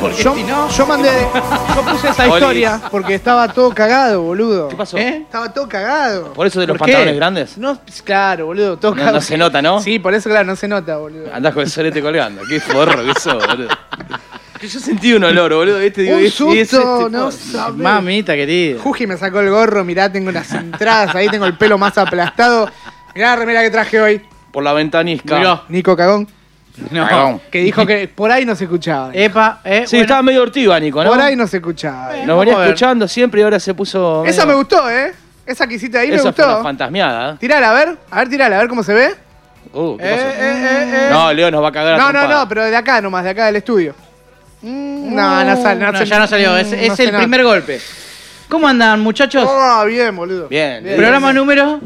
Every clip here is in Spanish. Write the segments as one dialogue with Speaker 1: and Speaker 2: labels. Speaker 1: Porque
Speaker 2: Yo,
Speaker 1: si no,
Speaker 2: yo mandé, yo puse esa
Speaker 3: Este, Oli.
Speaker 2: historia porque estaba todo cagado, boludo.
Speaker 3: ¿Qué pasó?
Speaker 1: ¿eh?
Speaker 2: Estaba todo cagado.
Speaker 3: ¿Por eso de los
Speaker 2: ¿Por
Speaker 3: pantalones
Speaker 2: qué?
Speaker 3: grandes?
Speaker 2: No, pues, claro, boludo, todo
Speaker 3: No-
Speaker 2: cagado.
Speaker 3: no se nota, ¿no?
Speaker 2: Sí, por eso, claro, no se nota, boludo.
Speaker 3: Andás con el solete colgando. Qué forro que sos, boludo. Que yo sentí un olor, boludo. Este, digo,
Speaker 2: Un
Speaker 3: es-
Speaker 2: susto,
Speaker 3: es este,
Speaker 2: no
Speaker 3: por-
Speaker 2: sabés.
Speaker 1: Mamita querida.
Speaker 2: Juji me sacó el gorro, mirá, tengo unas entradas, ahí tengo el pelo más aplastado. Mirá la remera que traje hoy.
Speaker 3: Por la ventanisca.
Speaker 1: Miró.
Speaker 2: Nico Cagón,
Speaker 1: No.
Speaker 2: que dijo que por ahí no se escuchaba.
Speaker 1: Epa, eh.
Speaker 3: Sí,
Speaker 1: bueno.
Speaker 3: estaba medio ortiva, Nico, ¿no? Eh,
Speaker 2: Por ahí no se escuchaba.
Speaker 3: Nos venía
Speaker 1: Vamos a ver.
Speaker 3: escuchando siempre y ahora se puso.
Speaker 2: Esa me
Speaker 3: medio-
Speaker 2: gustó, ¿eh? Esa que hiciste ahí me
Speaker 3: Esa fue una
Speaker 2: gustó.
Speaker 3: fantasmeada. ¿eh?
Speaker 2: Tirala, a ver. A ver, tirala, a ver cómo se ve.
Speaker 3: Uh, ¿qué
Speaker 2: Eh,
Speaker 3: pasó?
Speaker 2: eh, eh, eh.
Speaker 3: No, Leo nos va a cagar a
Speaker 2: No, no,
Speaker 3: trompadas.
Speaker 2: no, pero de acá nomás, de acá del estudio. Mm, no, no sale, no,
Speaker 1: No,
Speaker 2: sale.
Speaker 1: ya no salió. Es,
Speaker 2: Mm,
Speaker 1: es
Speaker 2: no
Speaker 1: el
Speaker 2: se
Speaker 1: primer golpe. ¿Cómo andan, muchachos?
Speaker 2: nota. Oh, bien, boludo.
Speaker 3: Bien, bien.
Speaker 1: Programa número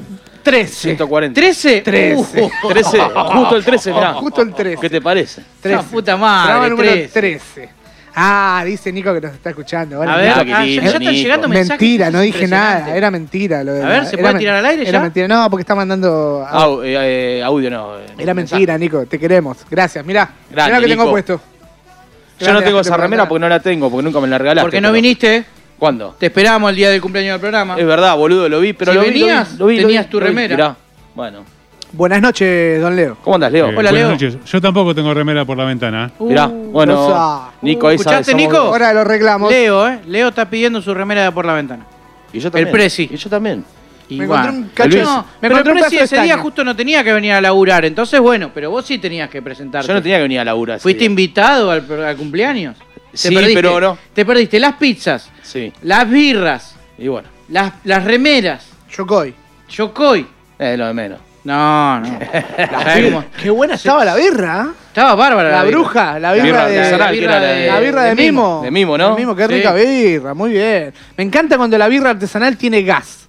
Speaker 2: 13.
Speaker 3: 140.
Speaker 1: 13.
Speaker 2: 13.
Speaker 1: Uh,
Speaker 3: 13, justo el 13, mirá.
Speaker 2: Oh, Justo el 13.
Speaker 3: ¿Qué te parece?
Speaker 1: La puta madre,
Speaker 2: Programa número 13.
Speaker 1: 13.
Speaker 2: Ah, dice Nico que nos está escuchando. Ahora
Speaker 1: a
Speaker 2: mirá.
Speaker 1: ver,
Speaker 3: Nico,
Speaker 1: ah, ya, ya
Speaker 3: Nico.
Speaker 1: están llegando mensajes.
Speaker 2: Mentira, no dije nada.
Speaker 1: Impresionante.
Speaker 2: Era mentira lo de
Speaker 1: A
Speaker 2: la-
Speaker 1: ver, ¿se
Speaker 2: era
Speaker 1: puede
Speaker 2: men-
Speaker 1: tirar al aire
Speaker 2: Era
Speaker 1: ya? Ah,
Speaker 2: mentira. No, porque está mandando. a-
Speaker 3: Au- eh, eh, audio no. eh,
Speaker 2: era
Speaker 3: mensaje.
Speaker 2: mentira, Nico. Te queremos. Gracias. Mirá.
Speaker 3: Grande,
Speaker 2: mirá lo que tengo
Speaker 3: Nico.
Speaker 2: puesto.
Speaker 3: Yo no
Speaker 2: Grande,
Speaker 3: tengo
Speaker 2: la gente
Speaker 3: esa
Speaker 2: por
Speaker 3: remera
Speaker 2: acá.
Speaker 3: porque no la tengo, porque nunca me la regalaste.
Speaker 1: Porque no
Speaker 3: pero-
Speaker 1: viniste.
Speaker 3: ¿Cuándo?
Speaker 1: Te esperamos el día del cumpleaños del programa.
Speaker 2: Eh,
Speaker 3: Es verdad, boludo, lo vi, pero
Speaker 1: Si
Speaker 3: lo vi, lo vi,
Speaker 1: venías,
Speaker 3: lo vi, lo vi,
Speaker 1: tenías tu
Speaker 3: lo vi,
Speaker 1: remera.
Speaker 3: mirá. Bueno.
Speaker 2: Buenas noches, don Leo.
Speaker 3: ¿Cómo andas, Leo?
Speaker 4: Eh,
Speaker 1: Hola,
Speaker 4: buenas
Speaker 1: Leo.
Speaker 4: noches. Yo tampoco tengo remera por la ventana.
Speaker 1: Uh,
Speaker 3: Mirá, bueno.
Speaker 2: cosa.
Speaker 3: Nico, ahí sabe,
Speaker 1: ¿Escuchaste,
Speaker 3: somos
Speaker 1: Nico?
Speaker 3: dos.
Speaker 2: Ahora de los reclamos.
Speaker 1: Leo, ¿eh? Leo está pidiendo su remera de por la ventana.
Speaker 3: Y yo también.
Speaker 1: El Prezi.
Speaker 3: Y yo también.
Speaker 1: Y
Speaker 2: Me
Speaker 1: bueno.
Speaker 2: encontré un cacho de-
Speaker 1: No,
Speaker 2: me este
Speaker 1: pero
Speaker 2: encontré un
Speaker 1: el
Speaker 2: pedazo
Speaker 1: Prezi
Speaker 2: de
Speaker 1: ese día
Speaker 2: estaño.
Speaker 1: justo no tenía que venir a laburar. Entonces, bueno, pero vos sí tenías que presentarte.
Speaker 3: Yo no tenía que venir a laburar. ese
Speaker 1: Fuiste
Speaker 3: día.
Speaker 1: invitado al, pro- al cumpleaños.
Speaker 3: Sí, pero no.
Speaker 1: Te perdiste las pizzas,
Speaker 3: Sí,
Speaker 1: las birras,
Speaker 3: y bueno.
Speaker 1: las, las remeras,
Speaker 2: Yocoy.
Speaker 1: Yocoy.
Speaker 3: Es lo de menos.
Speaker 1: No, no. ¿Sabés cómo?
Speaker 2: Qué buena estaba la birra. ¿eh?
Speaker 1: Estaba bárbara.
Speaker 2: La
Speaker 1: birra.
Speaker 2: bruja, la
Speaker 3: La
Speaker 2: birra
Speaker 3: birra
Speaker 2: de.
Speaker 3: artesanal, que era la de-
Speaker 2: La birra de, Mimo.
Speaker 3: De Mimo, ¿no?
Speaker 2: De Mimo, qué
Speaker 1: Sí.
Speaker 2: rica birra, muy bien. Me encanta cuando la birra artesanal tiene gas.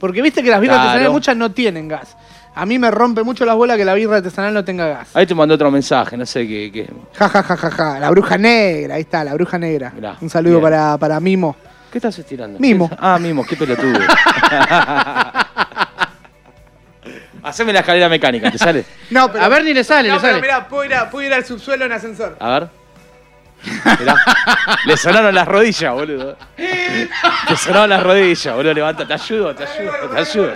Speaker 2: Porque viste que las birras
Speaker 3: Claro.
Speaker 2: artesanales muchas no tienen gas. A mí me rompe mucho las bolas que la birra artesanal no tenga gas.
Speaker 3: Ahí te mandó otro mensaje, no sé qué. qué.
Speaker 2: Ja, ja, ja, ja, ja. La bruja negra, ahí está, la bruja negra.
Speaker 3: Mirá,
Speaker 2: Un saludo
Speaker 3: bien.
Speaker 2: para, para Mimo.
Speaker 3: ¿Qué estás estirando?
Speaker 2: Mimo.
Speaker 3: ¿Qué- Ah, mimo, qué pelotudo. Haceme la escalera mecánica, ¿te sale?
Speaker 2: No,
Speaker 1: A Bernie le sale, le sale.
Speaker 2: mirá, puedo ir, a- puedo ir al subsuelo en ascensor.
Speaker 3: A ver. Mirá. Le sonaron las rodillas, boludo. Le sonaron las rodillas, boludo. Levanta, te ayudo, te ayudo, te ayudo.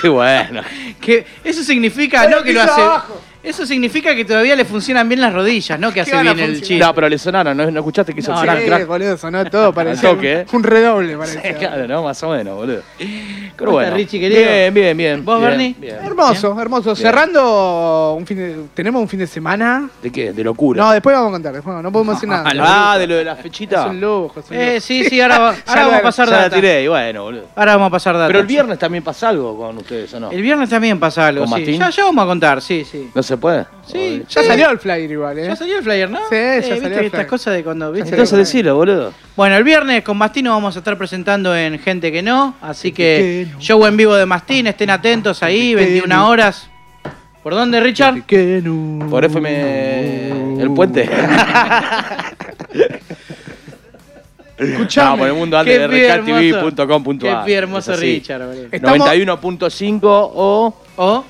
Speaker 3: Qué bueno.
Speaker 1: Que eso significa
Speaker 2: Pero
Speaker 1: no que lo
Speaker 2: piso
Speaker 1: hace.
Speaker 2: abajo.
Speaker 1: Eso significa que todavía le funcionan bien las rodillas, no que hace
Speaker 2: van a
Speaker 1: bien el chiste.
Speaker 2: funcionar?
Speaker 3: No, pero le sonaron, ¿no, ¿No escuchaste que hizo
Speaker 1: No,
Speaker 3: el crack,
Speaker 2: Sí,
Speaker 3: crack?
Speaker 2: boludo, sonó todo, parecía
Speaker 3: Al toque, eh.
Speaker 2: un, un redoble, parecía.
Speaker 3: Claro, ¿no? Más o menos, boludo. Pero
Speaker 1: ¿Cómo
Speaker 3: bueno.
Speaker 1: estás, Richie, querido?
Speaker 3: Bien, bien, bien.
Speaker 1: ¿Vos,
Speaker 3: bien,
Speaker 1: Bernie?
Speaker 3: bien.
Speaker 2: Hermoso, hermoso. Cerrando un fin de- tenemos un fin de semana.
Speaker 3: ¿De qué? De locura.
Speaker 2: No, después vamos a contar, después no, no podemos decir nada.
Speaker 3: ah, de lo de la
Speaker 2: es
Speaker 3: fechita.
Speaker 2: un lujo, es un lujo.
Speaker 1: Eh, sí, sí, ahora, va-
Speaker 2: la-
Speaker 1: ahora vamos a pasar
Speaker 3: Ya la
Speaker 1: data.
Speaker 3: tiré, y bueno, boludo.
Speaker 1: Ahora vamos a pasar data.
Speaker 3: Pero el viernes también pasa algo con ustedes, ¿o no?
Speaker 1: El viernes también pasa algo,
Speaker 3: ¿Con
Speaker 1: sí.
Speaker 3: Martín?
Speaker 1: Ya, ya vamos a contar, sí, sí.
Speaker 3: ¿No se puede?
Speaker 1: Sí,
Speaker 2: ya
Speaker 1: sí.
Speaker 2: salió el flyer igual, eh.
Speaker 1: Ya salió el flyer, ¿no?
Speaker 2: Sí, ya
Speaker 1: Eh,
Speaker 2: salió
Speaker 1: viste
Speaker 2: el
Speaker 1: que estas
Speaker 2: flyer.
Speaker 1: cosas de cuando... ¿viste?
Speaker 3: Entonces decilo, boludo.
Speaker 1: Bueno, el viernes con Mastín nos vamos a estar presentando en Gente que No, así
Speaker 2: Gente
Speaker 1: que
Speaker 2: que no.
Speaker 1: show en vivo de Mastín, estén atentos ahí,
Speaker 2: Gente que
Speaker 1: 21
Speaker 2: no.
Speaker 1: horas. ¿Por dónde, Richard?
Speaker 2: Que no.
Speaker 3: Por FM. El puente.
Speaker 2: Escuchame,
Speaker 3: No, por el mundo antes
Speaker 1: qué
Speaker 3: de
Speaker 1: pie
Speaker 3: rktv.com.ar.
Speaker 1: Qué pie hermoso,
Speaker 3: Es así.
Speaker 1: Richard, boludo.
Speaker 2: Estamos-
Speaker 3: 91.5 o
Speaker 1: O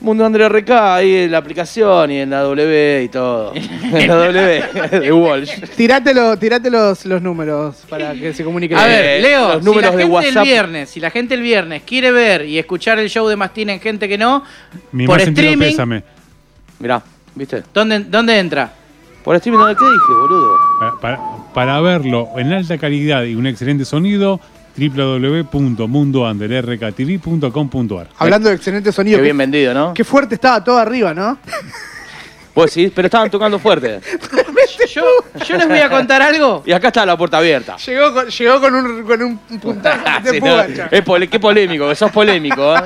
Speaker 3: Mundo André RK, ahí en la aplicación y en la W y todo. En la W de Walsh.
Speaker 2: Tirate, lo- tirate los, los números para que se comunique.
Speaker 1: A
Speaker 3: Eh,
Speaker 1: ver, Leo,
Speaker 3: los números de
Speaker 1: si la gente
Speaker 3: WhatsApp.
Speaker 1: el viernes, si la gente el viernes quiere ver y escuchar el show de Mastín en gente que no,
Speaker 4: Mi
Speaker 1: por
Speaker 4: más sentido
Speaker 1: streaming,
Speaker 4: pésame.
Speaker 3: Mirá, ¿viste?
Speaker 1: ¿dónde, ¿dónde entra?
Speaker 3: Por streaming, ¿qué dije, boludo?
Speaker 4: Para, para- para verlo en alta calidad y un excelente sonido, www.mundoanderrktv.com.ar.
Speaker 2: Hablando de excelente sonido.
Speaker 3: Qué bien vendido, ¿no?
Speaker 2: qué fuerte estaba todo arriba, ¿no?
Speaker 3: Vos decís, pero estaban tocando fuerte.
Speaker 1: Yo, yo les voy a contar algo.
Speaker 3: Y acá está la puerta abierta.
Speaker 2: llegó con, llegó con un, con un puntazo de
Speaker 3: Sí, ¿no?
Speaker 2: pugacha.
Speaker 3: Es pole- qué polémico, que sos polémico, ¿eh?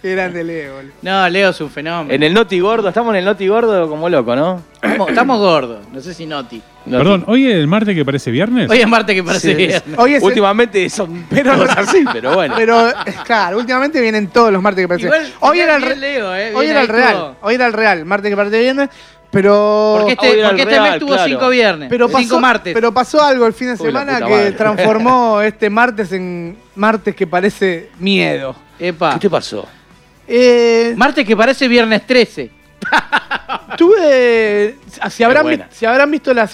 Speaker 2: Qué grande Leo, boludo.
Speaker 1: No, Leo es un fenómeno.
Speaker 3: En el Noti Gordo, estamos en el Noti Gordo como loco, ¿no?
Speaker 1: Estamos, estamos gordos, no sé si noti.
Speaker 3: Noti.
Speaker 4: Perdón, ¿hoy es el martes que parece viernes?
Speaker 1: Hoy es martes que parece
Speaker 3: Sí,
Speaker 1: viernes.
Speaker 2: Hoy es el-
Speaker 3: Últimamente son pero así, pero bueno.
Speaker 2: Pero, claro, últimamente vienen todos los martes que parece.
Speaker 1: Igual,
Speaker 2: hoy
Speaker 1: bien,
Speaker 2: era el,
Speaker 1: bien
Speaker 2: re-
Speaker 1: Leo, eh,
Speaker 2: hoy
Speaker 1: bien
Speaker 2: era el
Speaker 1: ahí
Speaker 2: real.
Speaker 1: estuvo.
Speaker 2: Hoy era el real. Martes que parte viernes. Pero.
Speaker 1: Porque
Speaker 3: hoy
Speaker 1: este,
Speaker 3: era
Speaker 1: porque
Speaker 3: el
Speaker 1: este mes
Speaker 3: Real,
Speaker 1: tuvo
Speaker 3: claro.
Speaker 1: cinco viernes,
Speaker 2: Pero pasó,
Speaker 1: cinco martes.
Speaker 2: pero pasó algo el fin de
Speaker 3: Uy, la
Speaker 2: semana
Speaker 3: puta
Speaker 2: que
Speaker 3: madre.
Speaker 2: transformó este martes en martes que parece miedo.
Speaker 1: Epa.
Speaker 3: ¿Qué te pasó?
Speaker 2: Eh,
Speaker 1: Martes que parece viernes 13.
Speaker 2: tuve ah, si, habrán
Speaker 3: buena.
Speaker 2: vi- si habrán visto las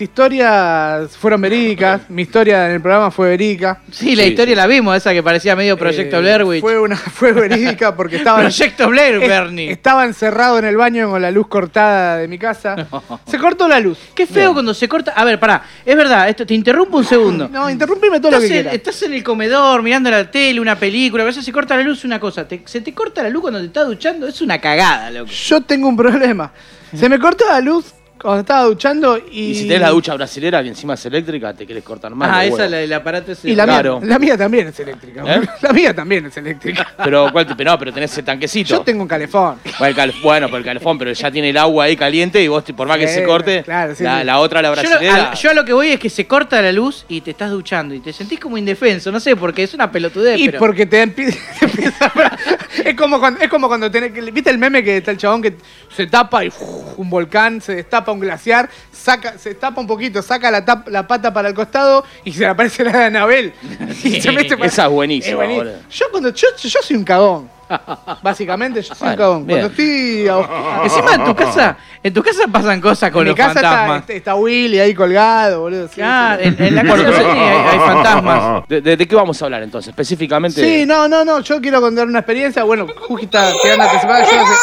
Speaker 2: historias, fueron verídicas. Mi historia en el programa fue verídica.
Speaker 1: Sí, la
Speaker 3: Sí,
Speaker 1: historia
Speaker 3: sí.
Speaker 1: la vimos, esa que parecía medio Proyecto
Speaker 2: Eh,
Speaker 1: Blair Witch.
Speaker 2: Fue, una, fue verídica porque estaba,
Speaker 1: Proyecto Blair,
Speaker 2: es-
Speaker 1: Bernie.
Speaker 2: estaba encerrado en el baño con la luz cortada de mi casa. Se cortó la luz.
Speaker 1: Qué feo cuando se corta. A ver, pará, es verdad, esto, te interrumpo un segundo.
Speaker 2: No, interrumpime todo lo
Speaker 1: Estás
Speaker 2: que
Speaker 1: en,
Speaker 2: quieras.
Speaker 1: estás en el comedor mirando la tele, una película, a veces se corta la luz, una cosa. Te- se te corta la luz cuando te estás duchando, es una cagada, loco.
Speaker 2: Yo tengo un problema. Se me cortó la luz cuando estaba duchando y.
Speaker 3: Y si tenés la ducha brasilera que encima es eléctrica, te querés cortar más.
Speaker 1: ah,
Speaker 3: los
Speaker 1: esa
Speaker 3: huevos.
Speaker 1: es la del aparato ese.
Speaker 2: Y la,
Speaker 3: Claro.
Speaker 2: mía, la mía también es eléctrica.
Speaker 3: ¿Eh?
Speaker 2: La mía también es eléctrica.
Speaker 3: Pero, ¿cuál te- pero no, pero tenés ese tanquecito.
Speaker 2: Yo tengo un calefón.
Speaker 3: Bueno, el cal- bueno, por el calefón, pero ya tiene el agua ahí caliente y vos, te- por más que
Speaker 2: Sí,
Speaker 3: se corte,
Speaker 2: claro, sí,
Speaker 3: la,
Speaker 2: sí.
Speaker 3: la otra, la
Speaker 1: yo, lo-
Speaker 3: brasilera.
Speaker 1: a, yo a lo que voy es que se corta la luz y te estás duchando y te sentís como indefenso, no sé, porque es una pelotudez.
Speaker 2: Y
Speaker 1: pero...
Speaker 2: porque te empie- te empieza a- es como cuando, es como cuando tenés que- ¿Viste el meme que está el chabón que se tapa y uf, un volcán, se destapa un glaciar, saca, se tapa un poquito, saca la, tap- la pata para el costado y se le aparece la de Anabel. Y se mete para-
Speaker 3: Esa es buenísima, boludo.
Speaker 2: Yo cuando yo, yo soy un cagón. Básicamente yo soy un
Speaker 3: Bueno,
Speaker 2: cagón.
Speaker 3: bien.
Speaker 2: Cuando estoy a-
Speaker 1: Encima en tu casa, en tu casa pasan cosas con
Speaker 2: en mi
Speaker 1: los
Speaker 2: casa está, este,
Speaker 1: fantasmas.
Speaker 2: está- está Willy ahí colgado, boludo. sí,
Speaker 1: Ah,
Speaker 2: sí.
Speaker 1: en, en la casa de Bernie hay, hay fantasmas.
Speaker 3: ¿De, de, de qué vamos a hablar entonces? Específicamente.
Speaker 2: Sí, no, no, no, yo quiero contar una experiencia. Bueno, Juji está pegando anticipada. Yo hace,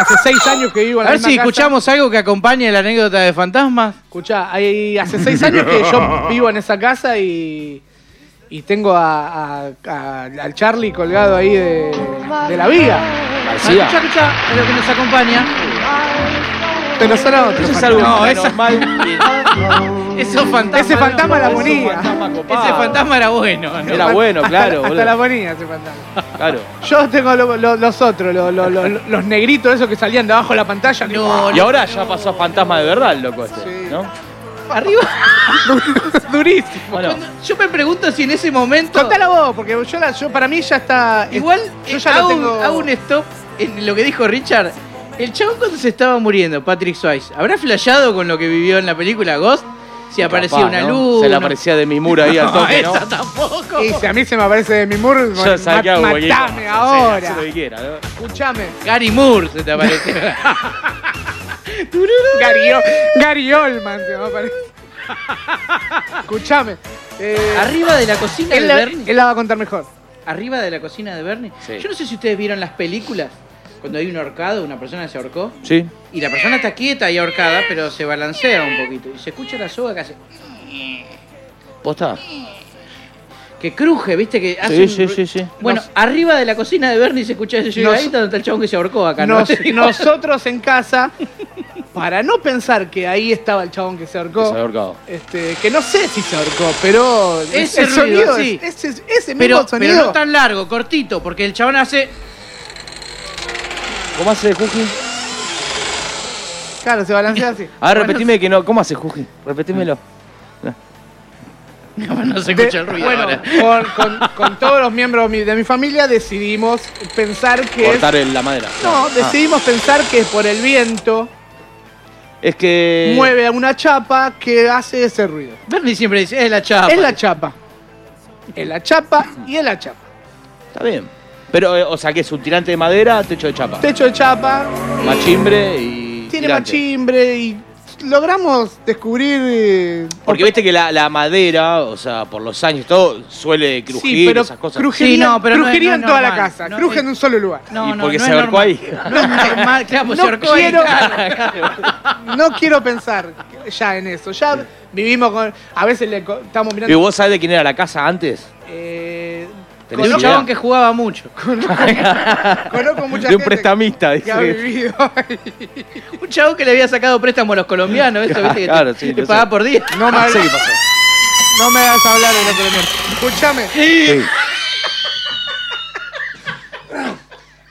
Speaker 2: hace seis años que vivo en
Speaker 1: A
Speaker 2: la
Speaker 1: ver
Speaker 2: misma
Speaker 1: si
Speaker 2: casa.
Speaker 1: escuchamos algo que acompañe la anécdota de fantasmas.
Speaker 2: Escuchá, hay- hace seis años que yo vivo en esa casa y, y tengo a, a- a- al Charlie colgado ahí de, de la viga.
Speaker 3: García.
Speaker 1: Escucha, escucha, es lo que nos acompaña.
Speaker 2: Pero solo otro
Speaker 3: Eso es
Speaker 2: fantasma.
Speaker 3: algo
Speaker 1: No, esa-
Speaker 3: paranormal.
Speaker 1: Esos fantasmas.
Speaker 2: Ese fantasma la ponía.
Speaker 1: Ese
Speaker 3: Ah.
Speaker 1: fantasma era bueno, ¿no?
Speaker 3: Era bueno,
Speaker 2: Hasta-
Speaker 3: claro,
Speaker 2: Hasta,
Speaker 3: boludo.
Speaker 2: la ponía ese fantasma.
Speaker 3: Claro.
Speaker 2: Yo tengo lo- lo- los otros, lo- lo- lo- los negritos esos que salían de abajo de la pantalla. que-
Speaker 1: No,
Speaker 3: Y ahora ya pasó a fantasma de verdad, el loco este.
Speaker 2: Sí.
Speaker 3: ¿no?
Speaker 1: Arriba.
Speaker 2: Durísimo.
Speaker 3: Bueno,
Speaker 1: Yo me pregunto si en ese momento.
Speaker 2: Contala vos, porque yo, la- yo para mí ya está.
Speaker 1: Igual
Speaker 2: yo
Speaker 1: eh,
Speaker 2: ya lo
Speaker 1: hago, un-
Speaker 2: tengo.
Speaker 1: hago un stop en lo que dijo Richard. El chabón cuando se estaba muriendo, Patrick Swayze, ¿habrá flasheado con lo que vivió en la película Ghost? Si aparecía
Speaker 3: capaz,
Speaker 1: una
Speaker 3: ¿no?
Speaker 1: luz.
Speaker 3: Se le
Speaker 1: una-
Speaker 3: aparecía de mi muro ahí al toque, ¿no?
Speaker 1: Esa tampoco.
Speaker 2: Y si a mí se me aparece de mi muro,
Speaker 3: Yo sabía que hago cualquier cosa.
Speaker 2: matame
Speaker 3: Sí,
Speaker 2: ahora.
Speaker 3: haz lo que quiera, ¿no?
Speaker 2: Escuchame.
Speaker 1: Gary Moore se te apareció.
Speaker 2: Gary, O- Gary Oldman se me aparece. Escuchame. Eh,
Speaker 1: Arriba de la cocina
Speaker 2: él,
Speaker 1: de
Speaker 2: la,
Speaker 1: Bernie.
Speaker 2: él la va a contar mejor.
Speaker 1: Arriba de la cocina de Bernie.
Speaker 3: Sí.
Speaker 1: Yo no sé si ustedes vieron las películas cuando hay un ahorcado, una persona se ahorcó.
Speaker 3: Sí.
Speaker 1: Y la persona está quieta y ahorcada, pero se balancea un poquito. Y se escucha la soga que hace.
Speaker 3: ¿Posta?
Speaker 1: Que cruje, viste que hace.
Speaker 3: Sí,
Speaker 1: un
Speaker 3: sí,
Speaker 1: ru-
Speaker 3: sí, sí.
Speaker 1: Bueno,
Speaker 2: Nos-
Speaker 1: arriba de la cocina de Bernie se escucha eso. Yo digo,
Speaker 2: Nos-
Speaker 1: ahí está donde está el chabón que se ahorcó acá, ¿no?
Speaker 2: Nos- nosotros en casa, para no pensar que ahí estaba el chabón que se ahorcó.
Speaker 3: Se ha ahorcado.
Speaker 2: Este, que no sé si se ahorcó, pero
Speaker 1: Ese
Speaker 2: el
Speaker 1: ruido,
Speaker 2: sonido,
Speaker 1: sí.
Speaker 2: es- ese, ese mismo
Speaker 1: pero,
Speaker 2: sonido.
Speaker 1: pero no tan largo, cortito, porque el chabón hace.
Speaker 3: ¿Cómo hace Juji?
Speaker 2: Claro, se balancea así.
Speaker 3: A ver, repetime que no. ¿Cómo hace Juji? Repetímelo.
Speaker 1: No se escucha el ruido
Speaker 2: bueno,
Speaker 1: ahora.
Speaker 2: por- con, con todos los miembros mi- de mi familia decidimos pensar que es.
Speaker 3: Cortar el- la madera.
Speaker 2: No,
Speaker 3: Ah.
Speaker 2: decidimos pensar que es por el viento,
Speaker 3: Es que.
Speaker 2: mueve a una chapa que hace ese ruido.
Speaker 1: Bernie siempre dice, es la
Speaker 3: Ah,
Speaker 1: chapa.
Speaker 2: Es la chapa. Es la chapa y es la chapa.
Speaker 3: Está bien. Pero, eh, o sea, que es un tirante de madera, techo de chapa.
Speaker 2: Techo de chapa,
Speaker 3: Machimbre y.
Speaker 2: tiene
Speaker 3: tirante.
Speaker 2: machimbre y logramos descubrir. eh,
Speaker 3: Porque viste que la, la madera, o sea, por los años, todo suele crujir,
Speaker 2: sí, pero
Speaker 3: esas cosas.
Speaker 2: Crujería,
Speaker 1: Sí, no, pero no es-
Speaker 2: crujería
Speaker 1: no es
Speaker 2: en toda la
Speaker 1: normal.
Speaker 2: casa.
Speaker 1: No,
Speaker 2: cruje
Speaker 1: es-
Speaker 2: en un solo lugar.
Speaker 1: No,
Speaker 3: y
Speaker 1: no,
Speaker 3: porque
Speaker 1: no
Speaker 3: se
Speaker 1: es
Speaker 3: ahorcó
Speaker 1: normal.
Speaker 3: ahí.
Speaker 1: No es normal, claro, pues
Speaker 2: No
Speaker 1: se ahorcó ahí.
Speaker 2: quiero-
Speaker 1: Claro.
Speaker 2: No quiero pensar ya en eso. Ya vivimos con. A veces le co- estamos
Speaker 3: ¿Y
Speaker 2: mirando.
Speaker 3: vos sabés de quién era la casa antes?
Speaker 2: Eh,
Speaker 1: De
Speaker 3: ¿Tenés
Speaker 1: un
Speaker 3: idea?
Speaker 1: chabón que jugaba mucho.
Speaker 2: conozco mucha
Speaker 3: De un
Speaker 2: gente
Speaker 3: prestamista,
Speaker 2: que ha
Speaker 3: dice.
Speaker 2: vivido.
Speaker 1: Un chabón que le había sacado préstamo a los colombianos, eso, viste, que
Speaker 3: Claro,
Speaker 1: te,
Speaker 3: sí,
Speaker 1: te
Speaker 3: lo
Speaker 1: pagaba
Speaker 3: sé.
Speaker 1: por día.
Speaker 2: No me,
Speaker 3: No sé qué pasó.
Speaker 2: no me hagas hablar de la colonia. Escúchame.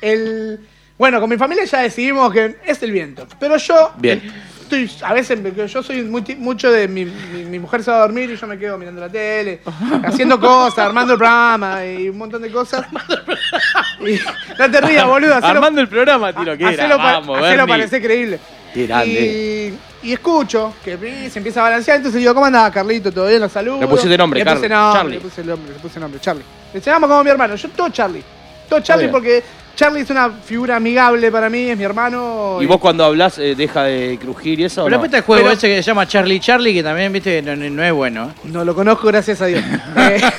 Speaker 2: El, bueno, con mi familia ya decidimos que es el viento. Pero yo.
Speaker 3: Bien.
Speaker 2: Estoy, a veces me- yo soy muy ti- mucho de mi, mi- mi mujer se va a dormir y yo me quedo mirando la tele, haciendo cosas, armando el programa y un montón de cosas. Y- no te rías, boludo. Hacelo,
Speaker 3: Armando el programa, tiro que era.
Speaker 2: hacelo pa-
Speaker 3: Vamos,
Speaker 2: hacelo
Speaker 3: Bernie.
Speaker 2: parecer creíble.
Speaker 3: Qué grande.
Speaker 2: Y, y escucho que pi, se empieza a balancear, entonces digo, ¿cómo andaba Carlito? ¿Todavía lo saludo?
Speaker 3: Le pusiste nombre,
Speaker 2: Le puse
Speaker 3: Carlos.
Speaker 2: nombre,
Speaker 3: Charlie.
Speaker 2: Le puse nombre, le puse nombre, Charlie. Le llamamos como mi hermano, yo todo Charlie. Todo Charlie
Speaker 3: bien.
Speaker 2: porque Charlie es una figura amigable para mí, es mi hermano.
Speaker 3: ¿Y vos cuando hablas deja de crujir y eso? o
Speaker 1: Pero
Speaker 3: no?
Speaker 1: aparte el juego
Speaker 2: Pero-
Speaker 1: ese que se llama Charlie Charlie, que también, viste, no, no- no es bueno.
Speaker 2: No lo conozco, gracias a Dios. Eh,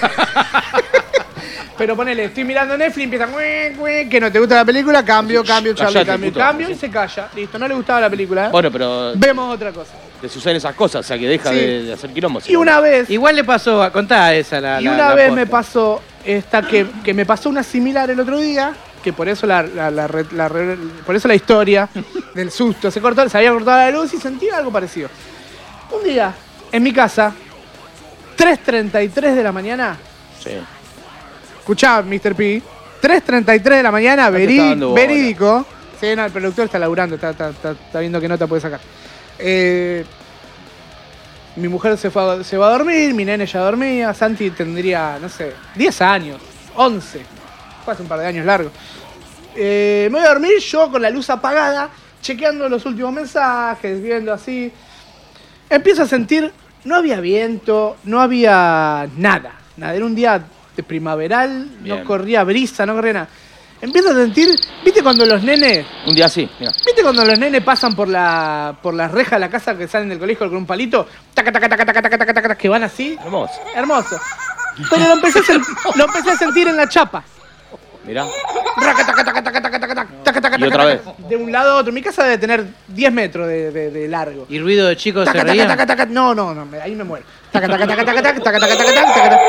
Speaker 2: Pero ponele, estoy mirando Netflix, empieza "Güe, güe", que no te gusta la película, cambio,
Speaker 3: Shh,
Speaker 2: cambio, Charlie,
Speaker 3: callate,
Speaker 2: cambio,
Speaker 3: puto.
Speaker 2: cambio y se calla. Listo, no le gustaba la película. ¿eh?
Speaker 3: Bueno, pero
Speaker 2: Vemos otra cosa.
Speaker 3: te suceden esas cosas, o sea que deja
Speaker 2: Sí.
Speaker 3: de, de hacer quilombo.
Speaker 2: Y una vez, y
Speaker 1: Igual le pasó, a- contá esa la. la-
Speaker 2: una
Speaker 1: la
Speaker 2: vez
Speaker 1: posta.
Speaker 2: me pasó esta que, que me pasó una similar el otro día, que por eso la, la- la re- la re- por eso la historia del susto. Se cortó, se había cortado la luz y sentí algo parecido. Un día, en mi casa, 3.33 de la mañana,
Speaker 3: Sí.
Speaker 2: Escuchá, Mr. P. 3.33 de la mañana,
Speaker 3: Ah, te está
Speaker 2: veri-
Speaker 3: dando bola.
Speaker 2: verídico. Sí, no, el productor está laburando, está, está- está- está viendo qué nota puede sacar. Eh, mi mujer se, fue a- se va a dormir, mi nene ya dormía, Santi tendría, no sé, 10 años, 11. Fue hace un par de años largo. Eh, me voy a dormir yo con la luz apagada, chequeando los últimos mensajes, viendo así. Empiezo a sentir, no había viento, no había nada. Nada, era un día de primaveral,
Speaker 3: Bien.
Speaker 2: no corría brisa, no corría nada. Empiezo a sentir, ¿viste cuando los nenes,
Speaker 3: Un día así, mira.
Speaker 2: viste cuando los nenes pasan por la por la reja de la casa que salen del colegio con un palito? Taca, taca, taca, taca, taca, taca, taca, taca, que van así.
Speaker 3: Hermoso.
Speaker 2: Hermoso. Pero lo empecé a, sen- lo empecé a sentir en la chapa.
Speaker 3: Mirá.
Speaker 2: Raca, taca, taca, taca, taca, taca, taca, taca, taca,
Speaker 3: Y otra
Speaker 2: taca,
Speaker 3: vez.
Speaker 2: taca. De un lado a otro. Mi casa debe tener 10 metros de, de- de largo.
Speaker 1: Y ruido de chicos se
Speaker 2: Taca, taca,
Speaker 1: reían.
Speaker 2: taca, taca. No, no, no, me- ahí me muero. Taca, taca, taca, taca, taca, taca, taca, taca, taca, taca, taca.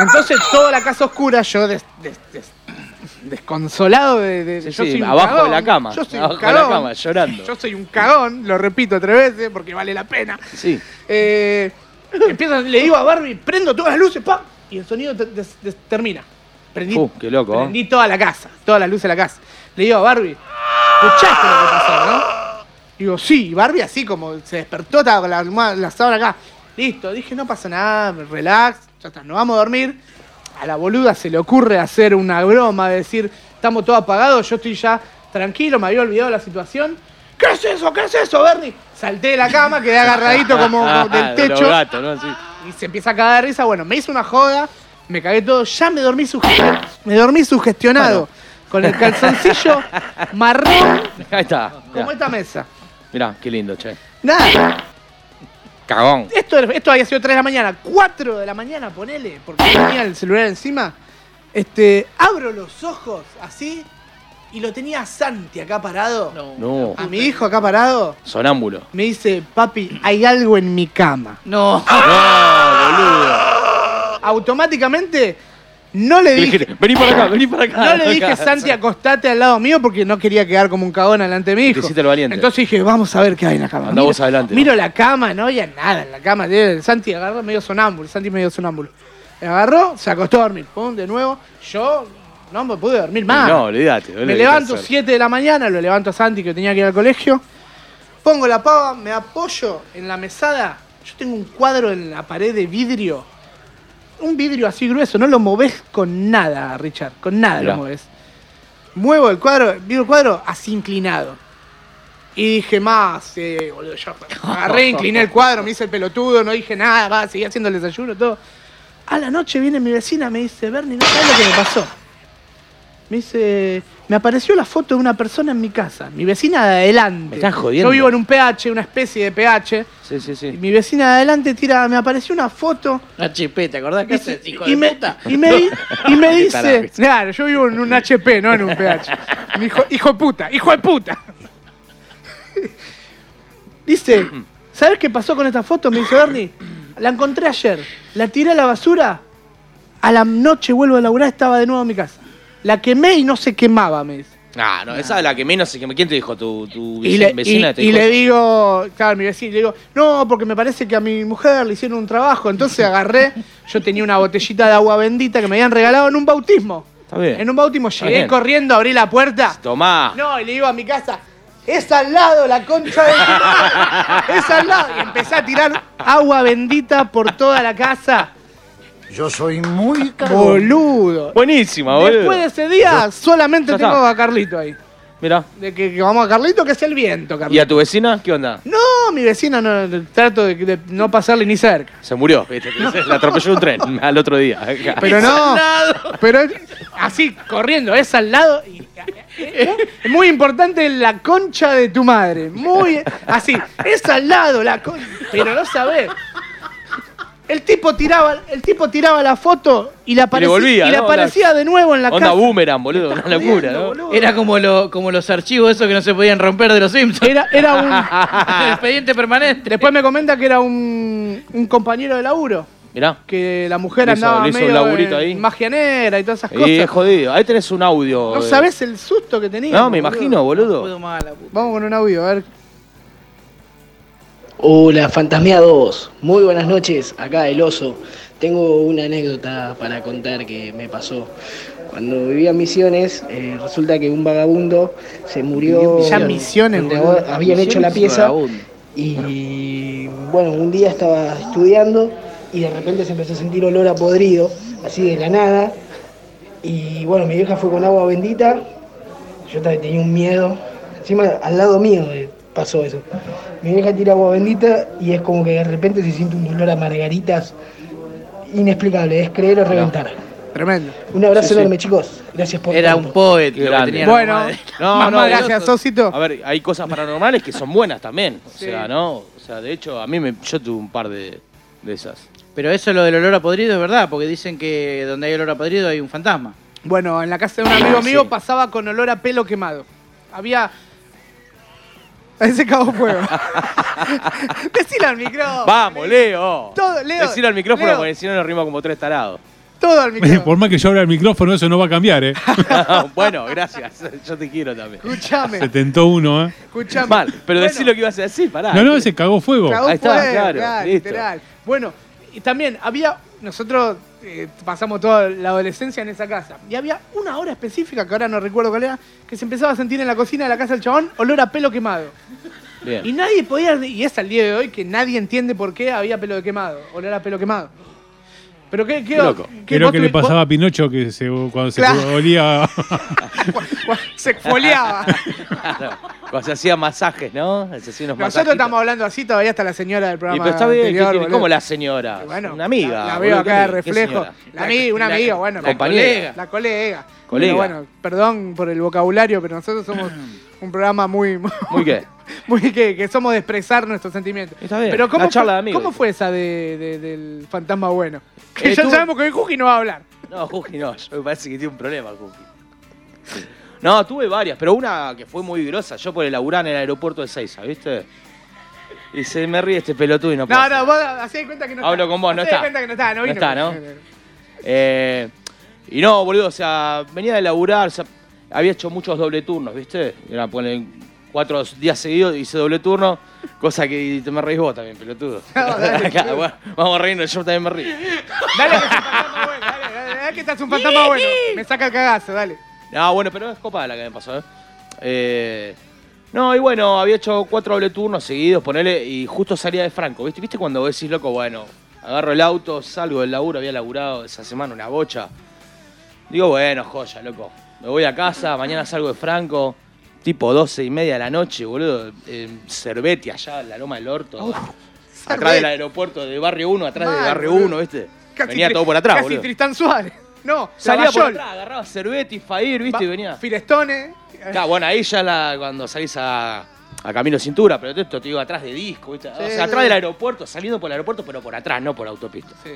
Speaker 2: Entonces toda la casa oscura, yo des- des- des- desconsolado de, de-
Speaker 3: Sí,
Speaker 2: yo
Speaker 3: sí,
Speaker 2: soy un
Speaker 3: abajo
Speaker 2: cagón.
Speaker 3: de la cama.
Speaker 2: Yo soy un
Speaker 3: abajo de la
Speaker 2: cagón.
Speaker 3: cama, llorando.
Speaker 2: Yo soy un cagón, lo repito tres veces porque vale la pena.
Speaker 3: Sí.
Speaker 2: Eh, empiezo- le digo a Barbie, prendo todas las luces, pa, y el sonido te- des- des- termina. Prendí,
Speaker 3: Uh, qué loco, ¿eh?
Speaker 2: prendí toda la casa, todas las luces de la casa. Le digo a Barbie, escuchaste lo que pasó, ¿no? Digo, sí, y Barbie así como se despertó, estaba con la, almohada- la sábana acá. Listo, dije, no pasa nada, relax, ya está, nos vamos a dormir. A la boluda se le ocurre hacer una broma, decir, estamos todos apagados, yo estoy ya tranquilo, me había olvidado la situación. ¿Qué es eso? ¿Qué es eso, Bernie? Salté de la cama, quedé agarradito como, como del
Speaker 3: Ah, De los
Speaker 2: techo Ah.
Speaker 3: gatos, ¿no? Sí.
Speaker 2: y se empieza a cagar de risa. Bueno, me hizo una joda, me cagué todo, ya me dormí, suge- me dormí sugestionado con el calzoncillo marrón
Speaker 3: Ahí está.
Speaker 2: como este.
Speaker 3: Mirá.
Speaker 2: esta mesa.
Speaker 3: Mirá, qué lindo, che.
Speaker 2: Nada,
Speaker 3: Cagón.
Speaker 2: esto, esto había sido 3 de la mañana, 4 de la mañana, ponele, porque tenía el celular encima. Este, abro los ojos así y lo tenía a Santi acá parado,
Speaker 1: No.
Speaker 3: No.
Speaker 2: a mi hijo acá parado.
Speaker 3: Sonámbulo.
Speaker 2: Me dice, papi, hay algo en mi cama.
Speaker 1: No.
Speaker 3: No,
Speaker 2: Ah.
Speaker 3: boludo.
Speaker 2: Automáticamente no le
Speaker 3: Le
Speaker 2: dije,
Speaker 3: dije, Vení para acá, vení para acá.
Speaker 2: No le dije,
Speaker 3: Acá.
Speaker 2: Santi, acostate al lado mío porque no quería quedar como un cagón delante de mi hijo.
Speaker 3: hiciste el valiente.
Speaker 2: Entonces dije, vamos a ver qué hay en la cama.
Speaker 3: Andá vos adelante,
Speaker 2: Miro la cama, no había nada en la cama. Eh, Santi agarró medio sonámbulo, Santi medio sonámbulo. Agarró, se acostó a dormir. Pum, de nuevo. Yo no me pude dormir más.
Speaker 3: No, olvídate. boludo,
Speaker 2: me
Speaker 3: ¿qué
Speaker 2: levanto
Speaker 3: hacer?
Speaker 2: 7 de la mañana, lo levanto a Santi que tenía que ir al colegio. Pongo la pava, me apoyo en la mesada. Yo tengo un cuadro en la pared de vidrio. Un vidrio así grueso, no lo moves con nada, Richard. Con nada
Speaker 3: Mirá.
Speaker 2: lo moves. Muevo el cuadro, miro el cuadro así inclinado. Y dije, más, eh, boludo, yo agarré, incliné el cuadro, me hice el pelotudo, no dije nada, va, seguí haciendo el desayuno, todo. A la noche viene mi vecina, me dice, Bernie, no sabes lo que me pasó. Me dice, me apareció la foto de una persona en mi casa, mi vecina de adelante.
Speaker 3: Me estás jodiendo.
Speaker 2: Yo vivo en un PH, una especie de PH.
Speaker 3: Sí, sí,
Speaker 2: y
Speaker 3: sí.
Speaker 2: Mi vecina de adelante tira, me apareció una foto
Speaker 1: HP, ¿te acordás que
Speaker 2: Dice-
Speaker 1: haces, hijo
Speaker 2: y,
Speaker 1: de
Speaker 2: me,
Speaker 1: puta?
Speaker 2: y me di- y me
Speaker 3: Qué tarado
Speaker 2: dice,
Speaker 3: que sos.
Speaker 2: claro, yo vivo en un HP, no en un PH. Mi hijo, hijo de puta, hijo de puta. Dice, ¿sabes qué pasó con esta foto? Me dice Bernie. La encontré ayer, la tiré a la basura, a la noche vuelvo a laburar, estaba de nuevo en mi casa. La quemé y no se quemaba, me dice.
Speaker 3: Ah, no, esa es la que menos se quema. ¿Quién te dijo? ¿Tu, tu
Speaker 2: Y le,
Speaker 3: vecina?
Speaker 2: y-
Speaker 3: te
Speaker 2: y
Speaker 3: dijo
Speaker 2: le
Speaker 3: eso?
Speaker 2: digo, claro, mi vecino, le digo, no, porque me parece que a mi mujer le hicieron un trabajo. Entonces agarré, yo tenía una botellita de agua bendita que me habían regalado en un bautismo.
Speaker 3: Está bien.
Speaker 2: En un bautismo
Speaker 3: Está
Speaker 2: llegué
Speaker 3: bien.
Speaker 2: corriendo, abrí la puerta.
Speaker 3: Tomá.
Speaker 2: No, y le digo a mi casa, es al lado la concha de tu madre, Es al lado. Y empecé a tirar agua bendita por toda la casa.
Speaker 5: Yo soy muy caro.
Speaker 2: Boludo.
Speaker 3: Buenísima, boludo.
Speaker 2: Después de ese día, solamente
Speaker 3: Ya
Speaker 2: tengo
Speaker 3: está.
Speaker 2: a Carlito ahí.
Speaker 3: Mira.
Speaker 2: De que, que vamos a Carlito, que sea el viento, Carlito.
Speaker 3: ¿Y a tu vecina? ¿Qué onda?
Speaker 2: No, mi vecina no, no, trato de, de no pasarle ni cerca.
Speaker 3: Se murió, ¿viste? La atropelló un tren al otro día.
Speaker 2: Pero no.
Speaker 1: Salado.
Speaker 2: Pero es- así, corriendo, es al lado. y- eh, es muy importante la concha de tu madre. Muy. Así, es al lado la concha. Pero no sabés. El tipo tiraba, el tipo tiraba la foto y la aparecía,
Speaker 3: volvía,
Speaker 2: y la
Speaker 3: ¿no?
Speaker 2: aparecía de nuevo en la
Speaker 3: Onda
Speaker 2: casa.
Speaker 3: boomerang, boludo. Una locura,
Speaker 2: Jodiendo,
Speaker 3: ¿no?
Speaker 2: boludo.
Speaker 1: Era como, lo- como los archivos esos que no se podían romper de los Simpsons.
Speaker 2: Era, era un.
Speaker 1: El expediente permanente.
Speaker 2: Después me comenta que era un, un compañero de laburo.
Speaker 3: Mirá.
Speaker 2: Que la mujer
Speaker 3: Le hizo-
Speaker 2: andaba
Speaker 3: le hizo un
Speaker 2: medio
Speaker 3: laburito
Speaker 2: de
Speaker 3: ahí.
Speaker 2: magia negra y todas esas
Speaker 3: Y es
Speaker 2: cosas.
Speaker 3: jodido. Ahí tenés un audio.
Speaker 2: No
Speaker 3: eh.
Speaker 2: sabés el susto que tenía.
Speaker 3: No, me
Speaker 2: boludo.
Speaker 3: imagino,
Speaker 1: Puedo
Speaker 3: boludo.
Speaker 1: más, la puta.
Speaker 2: Vamos con un audio, a ver.
Speaker 5: Hola, fantasmeados. Muy buenas noches. Acá el oso. Tengo una anécdota para contar que me pasó. Cuando vivía en Misiones, eh, resulta que un vagabundo se murió.
Speaker 2: Ya Misiones,
Speaker 5: donde
Speaker 2: boludo.
Speaker 5: habían hecho la pieza. Y bueno, un día estaba estudiando y de repente se empezó a sentir olor a podrido, así de la nada. Y bueno, mi vieja fue con agua bendita. Yo ta- tenía un miedo. Encima, al lado mío eh, pasó eso. Mi vieja tira agua bendita y es como que de repente se siente un olor a margaritas inexplicable. Es creer o reventar.
Speaker 2: Tremendo.
Speaker 5: Un abrazo enorme, chicos. Gracias por
Speaker 1: Era
Speaker 5: tanto.
Speaker 1: un poet lo que
Speaker 3: Grande.
Speaker 1: tenía la
Speaker 2: Bueno,
Speaker 1: madre.
Speaker 3: No,
Speaker 2: mamá,
Speaker 3: no,
Speaker 2: gracias,
Speaker 1: grosso.
Speaker 2: Sosito.
Speaker 3: A ver, hay cosas paranormales que son buenas también. O
Speaker 2: Sí.
Speaker 3: sea, ¿no? O sea, de hecho, a mí me, yo tuve un par de, de esas.
Speaker 1: Pero eso lo del olor a podrido es verdad, porque dicen que donde hay olor a podrido hay un fantasma.
Speaker 2: Bueno, en la casa de un amigo mío pasaba con olor a pelo quemado. Había. Ahí se cagó fuego. Decilo al micrófono.
Speaker 3: ¡Vamos, Leo!
Speaker 2: Todo, Leo,
Speaker 3: Decilo al micrófono
Speaker 2: Leo.
Speaker 3: porque si no nos rimos como tres tarados.
Speaker 2: Todo al
Speaker 4: Por
Speaker 2: micrófono.
Speaker 4: más que yo abra el micrófono, eso no va a cambiar, ¿eh?
Speaker 3: bueno, gracias. Yo te quiero también.
Speaker 4: Se
Speaker 2: Escuchame,
Speaker 4: tentó uno, ¿eh?
Speaker 2: escuchame.
Speaker 3: Mal, pero decí
Speaker 2: Bueno,
Speaker 3: lo que ibas a decir, pará.
Speaker 4: No, no, se cagó fuego.
Speaker 2: Cagó
Speaker 3: Ahí está,
Speaker 2: fuego,
Speaker 3: claro, listo.
Speaker 2: literal. Bueno, y también había. Nosotros eh, pasamos toda la adolescencia en esa casa. Y había una hora específica, que ahora no recuerdo cuál era, que se empezaba a sentir en la cocina de la casa del chabón olor a pelo quemado.
Speaker 3: Bien.
Speaker 2: Y nadie podía, y es al día de hoy que nadie entiende por qué había pelo de quemado, olor a pelo quemado. Pero qué, qué,
Speaker 3: Loco.
Speaker 2: qué-
Speaker 4: Creo
Speaker 2: vos
Speaker 4: que le
Speaker 2: tuvi-
Speaker 4: pasaba a Pinocho que se, cuando se
Speaker 2: Claro.
Speaker 4: olía.
Speaker 2: vos- vos- se exfoliaba.
Speaker 3: Claro. Ah, Cuando se hacían masajes, ¿no? Se hacían
Speaker 2: Nosotros
Speaker 3: unos masajitos.
Speaker 2: estamos hablando así todavía hasta la señora del
Speaker 3: Y
Speaker 2: programa.
Speaker 3: pero está bien, ¿qué
Speaker 2: anterior,
Speaker 3: tiene?
Speaker 2: boludo.
Speaker 3: ¿cómo la señora?
Speaker 2: Y bueno,
Speaker 3: una amiga.
Speaker 2: La, la veo
Speaker 3: boludo,
Speaker 2: acá de
Speaker 3: ¿qué- qué
Speaker 2: reflejo.
Speaker 3: señora?
Speaker 2: La amiga, una
Speaker 1: la-
Speaker 2: amiga, bueno.
Speaker 1: la compañera.
Speaker 2: La colega.
Speaker 3: Colega.
Speaker 2: Pero bueno, perdón por el vocabulario, pero nosotros somos un programa muy...
Speaker 3: ¿Muy qué?
Speaker 2: Muy que, que somos de expresar nuestros sentimientos.
Speaker 3: Está bien,
Speaker 2: Pero ¿cómo,
Speaker 3: la charla
Speaker 2: fue,
Speaker 3: de amigos,
Speaker 2: ¿cómo
Speaker 3: dice.
Speaker 2: fue esa de, de- del fantasma bueno? Que
Speaker 3: Eh,
Speaker 2: ya
Speaker 3: tú-
Speaker 2: sabemos que hoy Juki no va a hablar.
Speaker 3: No, Juki no, yo me parece que tiene un problema, Juki. No, tuve varias, pero una que fue muy grosa. Yo por el laburán en el aeropuerto de Seiza, ¿viste? Y se me ríe este pelotudo y no puedo
Speaker 2: No,
Speaker 3: hacer.
Speaker 2: no, vos hacés de cuenta que no
Speaker 3: Hablo
Speaker 2: está.
Speaker 3: con vos, no
Speaker 2: Hacés de
Speaker 3: está.
Speaker 2: cuenta que no está, no
Speaker 3: No
Speaker 2: vino.
Speaker 3: está, ¿no? Eh, y no, boludo, o sea, venía de laburar, o sea, había hecho muchos doble turnos, ¿viste? Era poner cuatro días seguidos, hice doble turno, cosa que te me reís vos también, pelotudo.
Speaker 2: dale,
Speaker 3: Claro, bueno, vamos a reírnos, yo también me río.
Speaker 2: Dale que es un fantasma bueno, dale, dale, dale que estás un fantasma bueno. Me saca el cagazo, dale.
Speaker 3: No, Ah, bueno, pero es copa la que me pasó, ¿eh? Eh, No, y bueno, había hecho cuatro doble turnos seguidos, ponele, y justo salía de Franco, ¿viste? ¿Viste cuando vos decís, loco, bueno, agarro el auto, salgo del laburo, había laburado esa semana una bocha. Digo, bueno, joya, loco, me voy a casa, mañana salgo de Franco, tipo 12 y media de la noche, boludo, en Cerveti, allá en la Loma del Orto, atrás del aeropuerto de Barrio 1, atrás de
Speaker 2: Oh, Mal,
Speaker 3: Barrio
Speaker 2: boludo.
Speaker 3: 1, ¿viste?
Speaker 2: Casi
Speaker 3: Venía
Speaker 2: tri-
Speaker 3: todo por atrás,
Speaker 2: Casi
Speaker 3: boludo.
Speaker 2: Tristán Suárez. No,
Speaker 3: Salía por
Speaker 2: Lavallol.
Speaker 3: atrás, agarraba Cerveti, Fair, ¿viste?
Speaker 2: Va- eh,
Speaker 3: Y venía.
Speaker 2: Firestone.
Speaker 3: Claro, bueno, ahí ya la- cuando salís a, a Camino Cintura, pero esto te digo atrás de disco, ¿viste? o sea, atrás del aeropuerto, saliendo por el aeropuerto, pero por atrás, no por autopista.
Speaker 2: Sí.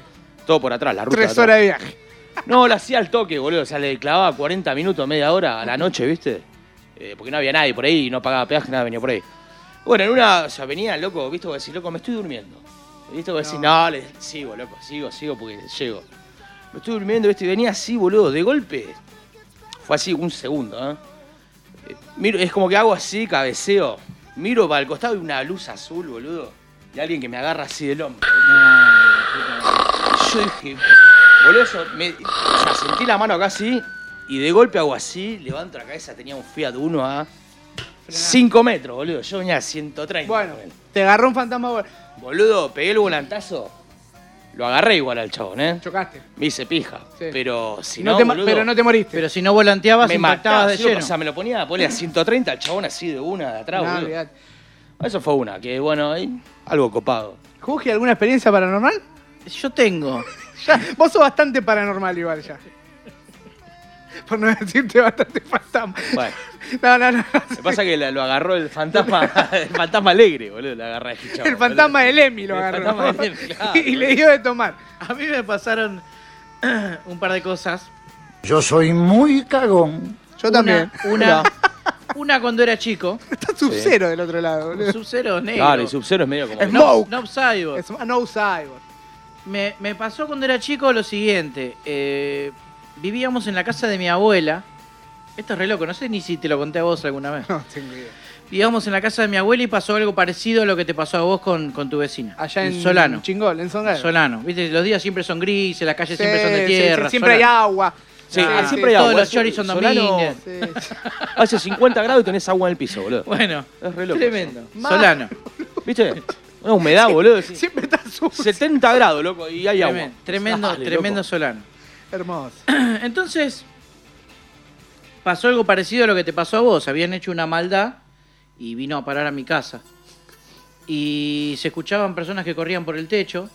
Speaker 3: Todo por atrás, la ruta. de
Speaker 2: Tres
Speaker 3: atrás.
Speaker 2: horas de viaje.
Speaker 3: No, la hacía al toque, boludo. O sea, le clavaba 40 minutos, media hora a la noche, ¿viste? Eh, porque no había nadie por ahí, no pagaba peaje, nada, venía por ahí. Bueno, en una, o sea, venía loco, ¿viste? Vos decís, loco, me estoy durmiendo. ¿Viste? Vos decís, no, le, sigo, loco, sigo, sigo, porque llego. Me estoy durmiendo, ¿viste? Y venía así, boludo, de golpe. Fue así un segundo, ¿eh? Eh, Miro, es como que hago así, cabeceo. Miro para el costado y una luz azul, boludo. Y alguien que me agarra así del hombro. Yo dije, boludo, yo me, o sea, sentí la mano acá así y de golpe hago así, levanto la cabeza, tenía un Fiat Uno a 5 metros, boludo. Yo venía a 130.
Speaker 2: Bueno,
Speaker 3: boludo.
Speaker 2: te agarró un fantasma bueno.
Speaker 3: Boludo, pegué el volantazo. Lo agarré igual al chabón, ¿eh?
Speaker 2: Chocaste.
Speaker 3: Me hice pija.
Speaker 2: Sí.
Speaker 3: Pero si
Speaker 2: No
Speaker 3: no,
Speaker 2: te ma-
Speaker 3: boludo,
Speaker 2: pero no te moriste.
Speaker 1: Pero si no volanteabas,
Speaker 3: me mataba.
Speaker 1: impactabas de
Speaker 3: sí,
Speaker 1: lleno.
Speaker 3: o sea, me lo ponía, ponía a 130 al chabón así de una de atrás,
Speaker 2: Nah,
Speaker 3: boludo.
Speaker 2: olvidate.
Speaker 3: Eso fue una, que bueno, ahí, algo copado.
Speaker 2: ¿Juji alguna experiencia paranormal?
Speaker 1: Yo tengo.
Speaker 2: Ya, vos sos bastante paranormal igual ya. Por no decirte bastante fantasma.
Speaker 3: Bueno.
Speaker 2: No, no, no.
Speaker 3: Lo que pasa es que la- lo agarró el fantasma, el fantasma alegre, boludo. Lo agarré este chabón,
Speaker 2: El fantasma
Speaker 3: boludo.
Speaker 2: del Emi lo
Speaker 3: El
Speaker 2: agarró.
Speaker 3: fantasma del Emi, claro.
Speaker 2: y le dio de tomar.
Speaker 1: A mí me pasaron un par de cosas.
Speaker 6: Yo soy muy cagón.
Speaker 2: Yo también.
Speaker 1: Una, una, una cuando era chico.
Speaker 2: Está sub-cero del otro lado, boludo.
Speaker 1: Sub-Zero negro.
Speaker 3: Claro, y Sub-Zero es medio como.
Speaker 2: Es
Speaker 3: No,
Speaker 1: No,
Speaker 2: Smoke.
Speaker 1: no Cyborg.
Speaker 2: Es- ah, no cyborg.
Speaker 1: Me, me pasó cuando era chico lo siguiente. eh, vivíamos en la casa de mi abuela. Esto es re loco, no sé ni si te lo conté a vos alguna vez.
Speaker 2: No, tengo idea.
Speaker 1: Vivíamos en la casa de mi abuela y pasó algo parecido a lo que te pasó a vos con, con tu vecina.
Speaker 2: Allá en
Speaker 1: Solano.
Speaker 2: Chingol, en Solano.
Speaker 1: Solano. Viste, los días siempre son grises, las calles
Speaker 2: Sí,
Speaker 1: siempre son de
Speaker 2: sí,
Speaker 1: tierra.
Speaker 2: sí, siempre hay
Speaker 1: Solano.
Speaker 2: agua.
Speaker 3: sí,
Speaker 2: Ah,
Speaker 3: ah, siempre hay
Speaker 1: todos
Speaker 3: agua.
Speaker 1: los choris son
Speaker 3: Solano
Speaker 1: domingos.
Speaker 2: Sí, sí.
Speaker 3: Hace 50 grados y tenés agua en el piso, boludo.
Speaker 1: Bueno,
Speaker 3: Es re loco
Speaker 1: tremendo.
Speaker 2: Ma-
Speaker 1: Solano.
Speaker 3: ¿Viste? Una humedad, boludo. decís,
Speaker 2: Siempre está sucio.
Speaker 3: 70 grados, loco, y hay agua.
Speaker 1: Tremendo, tremendo,
Speaker 3: Dale,
Speaker 1: tremendo
Speaker 3: loco.
Speaker 1: Solano.
Speaker 2: Hermoso.
Speaker 1: Entonces, pasó algo parecido a lo que te pasó a vos. Habían hecho una maldad y vino a parar a mi casa. Y se escuchaban personas que corrían por el techo.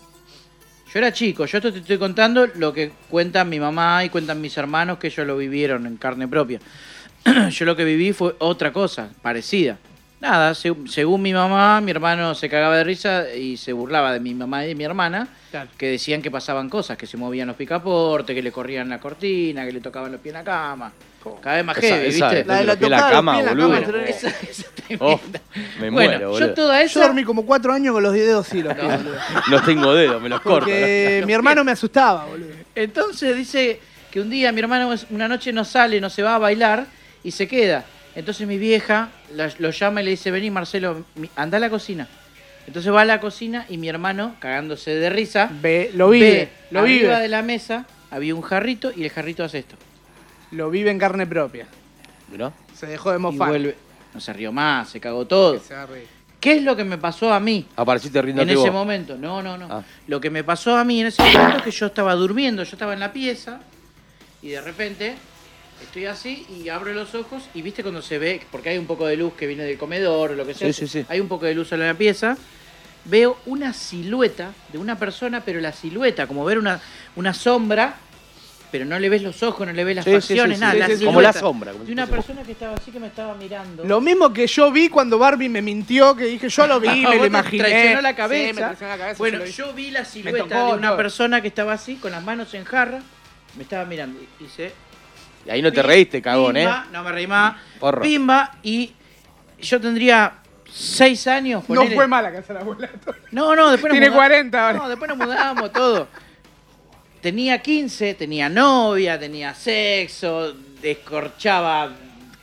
Speaker 1: Yo era chico, yo esto te estoy contando lo que cuentan mi mamá y cuentan mis hermanos que ellos lo vivieron en carne propia. yo lo que viví fue otra cosa, parecida. Nada, se- según mi mamá, mi hermano se cagaba de risa y se burlaba de mi mamá y de mi hermana
Speaker 2: Claro.
Speaker 1: que decían que pasaban cosas, que se movían los picaportes, que le corrían la cortina, que le tocaban los pies en la cama. Cada vez más
Speaker 3: Esa-
Speaker 1: heavy,
Speaker 3: esa-
Speaker 1: ¿viste?
Speaker 2: La de la
Speaker 3: Los pies en
Speaker 2: tocada,
Speaker 3: la
Speaker 2: los
Speaker 3: cama,
Speaker 2: pies en la
Speaker 3: boludo.
Speaker 2: cama, entre-
Speaker 1: Esa- esa tremenda.
Speaker 3: Oh, me
Speaker 1: bueno,
Speaker 3: muero,
Speaker 1: yo
Speaker 3: boludo.
Speaker 1: toda
Speaker 2: Yo
Speaker 1: esa...
Speaker 2: dormí como cuatro años con los dedos sí, los pies, boludo.
Speaker 3: No tengo dedos, me los corto.
Speaker 2: Porque mi hermano me asustaba, boludo.
Speaker 1: Entonces dice que un día mi hermano una noche no sale, no se va a bailar y se queda. Entonces mi vieja la- lo llama y le dice, vení Marcelo, mi- anda a la cocina. Entonces va a la cocina y mi hermano, cagándose de risa,
Speaker 2: Ve- lo vive,
Speaker 1: ve,
Speaker 2: lo
Speaker 1: arriba
Speaker 2: vive.
Speaker 1: de la mesa había un jarrito y el jarrito hace esto.
Speaker 2: Lo vive en carne propia.
Speaker 3: ¿No?
Speaker 2: Se dejó de
Speaker 1: Y
Speaker 2: mofar.
Speaker 1: vuelve. No se rió más, se cagó todo.
Speaker 2: Se va a reír.
Speaker 1: ¿Qué es lo que me pasó a mí
Speaker 3: Apareciste
Speaker 1: en
Speaker 3: riéndote
Speaker 1: ese
Speaker 3: vos.
Speaker 1: momento? No, no, no.
Speaker 3: Ah.
Speaker 1: Lo que me pasó a mí en ese momento es que yo estaba durmiendo, yo estaba en la pieza y de repente estoy así y abro los ojos y viste cuando se ve, porque hay un poco de luz que viene del comedor, lo que sea,
Speaker 3: Sí, sí, sí.
Speaker 1: hay un poco de luz en la pieza, veo una silueta de una persona, pero la silueta, como ver una, una sombra, pero no le ves los ojos, no le ves las
Speaker 3: Sí, sí, sí,
Speaker 1: facciones,
Speaker 3: sí,
Speaker 1: nada.
Speaker 3: sí,
Speaker 1: la
Speaker 3: sí, sí. Como la
Speaker 1: silueta
Speaker 3: sombra, como
Speaker 1: De
Speaker 3: si
Speaker 1: una
Speaker 3: fuese-
Speaker 1: persona que estaba así que me estaba mirando.
Speaker 2: Lo mismo que yo vi cuando Barbie me mintió, que dije, yo lo vi,
Speaker 1: Ah,
Speaker 2: me
Speaker 1: vos
Speaker 2: lo
Speaker 1: te
Speaker 2: imaginé.
Speaker 1: traicionó la
Speaker 2: Ah,
Speaker 1: cabeza.
Speaker 2: Sí, me traicionó la cabeza,
Speaker 1: Bueno,
Speaker 2: lo vi.
Speaker 1: yo vi la
Speaker 2: Me
Speaker 1: silueta
Speaker 2: tocó
Speaker 1: de una
Speaker 2: todo.
Speaker 1: persona que estaba así, con las manos en jarra. Me estaba mirando. y Hice.
Speaker 3: Y ahí no te reíste, cagón, ¿eh?
Speaker 1: pimba, No me reí más.
Speaker 3: Porro.
Speaker 1: Pimba. Y yo tendría seis años.
Speaker 2: No
Speaker 1: ponele.
Speaker 2: fue mala casa la abuela.
Speaker 1: No, no, después nos
Speaker 2: Tiene
Speaker 1: mudamos.
Speaker 2: 40 ahora.
Speaker 1: No, después nos mudamos, todo. Tenía 15, tenía novia, tenía sexo, descorchaba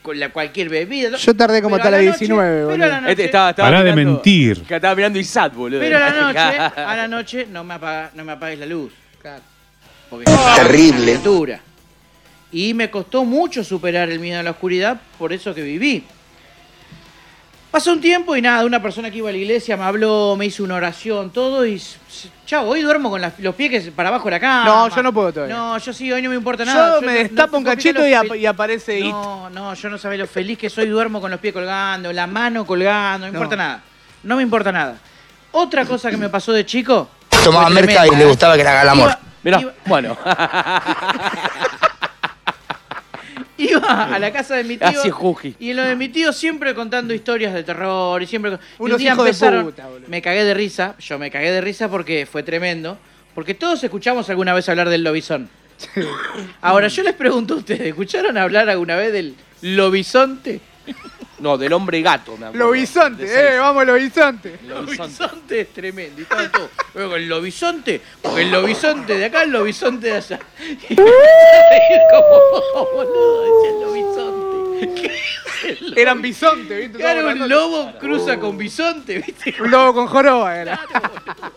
Speaker 1: con la cualquier bebida.
Speaker 2: Yo tardé como
Speaker 1: Pero
Speaker 2: hasta
Speaker 1: a la
Speaker 2: las
Speaker 1: noche-
Speaker 2: 19,
Speaker 1: pero a la
Speaker 2: boludo.
Speaker 1: noche-
Speaker 3: Este estaba, estaba
Speaker 4: Pará de
Speaker 3: mirando-
Speaker 4: mentir.
Speaker 3: Que estaba mirando Isat, boludo.
Speaker 1: Pero a la noche, a la noche no me, apaga, no me apagues la luz. Porque
Speaker 7: Terrible.
Speaker 1: es una criatura. Y me costó mucho superar el miedo a la oscuridad, por eso que viví. Pasó un tiempo y nada, una persona que iba a la iglesia me habló, me hizo una oración, todo y... s- s- Chao, hoy duermo con las- los pies que se- para abajo de la cama.
Speaker 2: No, yo no puedo todavía.
Speaker 1: No, yo sí, hoy no me importa
Speaker 2: Yo
Speaker 1: nada.
Speaker 2: me
Speaker 1: no-
Speaker 2: destapo
Speaker 1: no-
Speaker 2: un
Speaker 1: no-
Speaker 2: cachito
Speaker 1: no-
Speaker 2: y, ap- y aparece It.
Speaker 1: no, no, yo no sabés lo feliz que soy, duermo con los pies colgando, la mano colgando, no me
Speaker 2: No.
Speaker 1: importa nada. No me importa nada. Otra cosa que me pasó de chico.
Speaker 7: Tomaba
Speaker 1: fue
Speaker 7: merca y
Speaker 1: tremenda.
Speaker 7: le gustaba que le haga el amor.
Speaker 1: Iba-
Speaker 3: Mirá,
Speaker 1: iba-
Speaker 3: bueno,
Speaker 1: Iba a la casa de mi tío.
Speaker 3: Así es, Juji.
Speaker 1: Y en lo de mi tío siempre contando historias de terror y siempre. y
Speaker 2: Unos hijos de puta, boludo.
Speaker 1: me cagué de risa. Yo me cagué de risa porque fue tremendo. Porque todos escuchamos alguna vez hablar del lobizón. Ahora, yo les pregunto a ustedes, ¿escucharon hablar alguna vez del lobizonte?
Speaker 3: no, del hombre gato, me acuerdo.
Speaker 2: Lo bisonte,
Speaker 3: De ese-
Speaker 2: eh, vamos, lo bisonte.
Speaker 1: El lobizonte es tremendo. Y todo, todo. Luego el lobizonte, porque el lobizonte de acá, el lobizonte de allá. Y me empecé a reír como bobo, boludo, decía el lobizonte. ¿Qué es el
Speaker 2: Eran bisonte, ¿viste?
Speaker 1: Claro,
Speaker 2: Estamos
Speaker 1: un
Speaker 2: hablando-
Speaker 1: lobo cruza con bisonte, ¿viste?
Speaker 2: Un lobo con joroba era.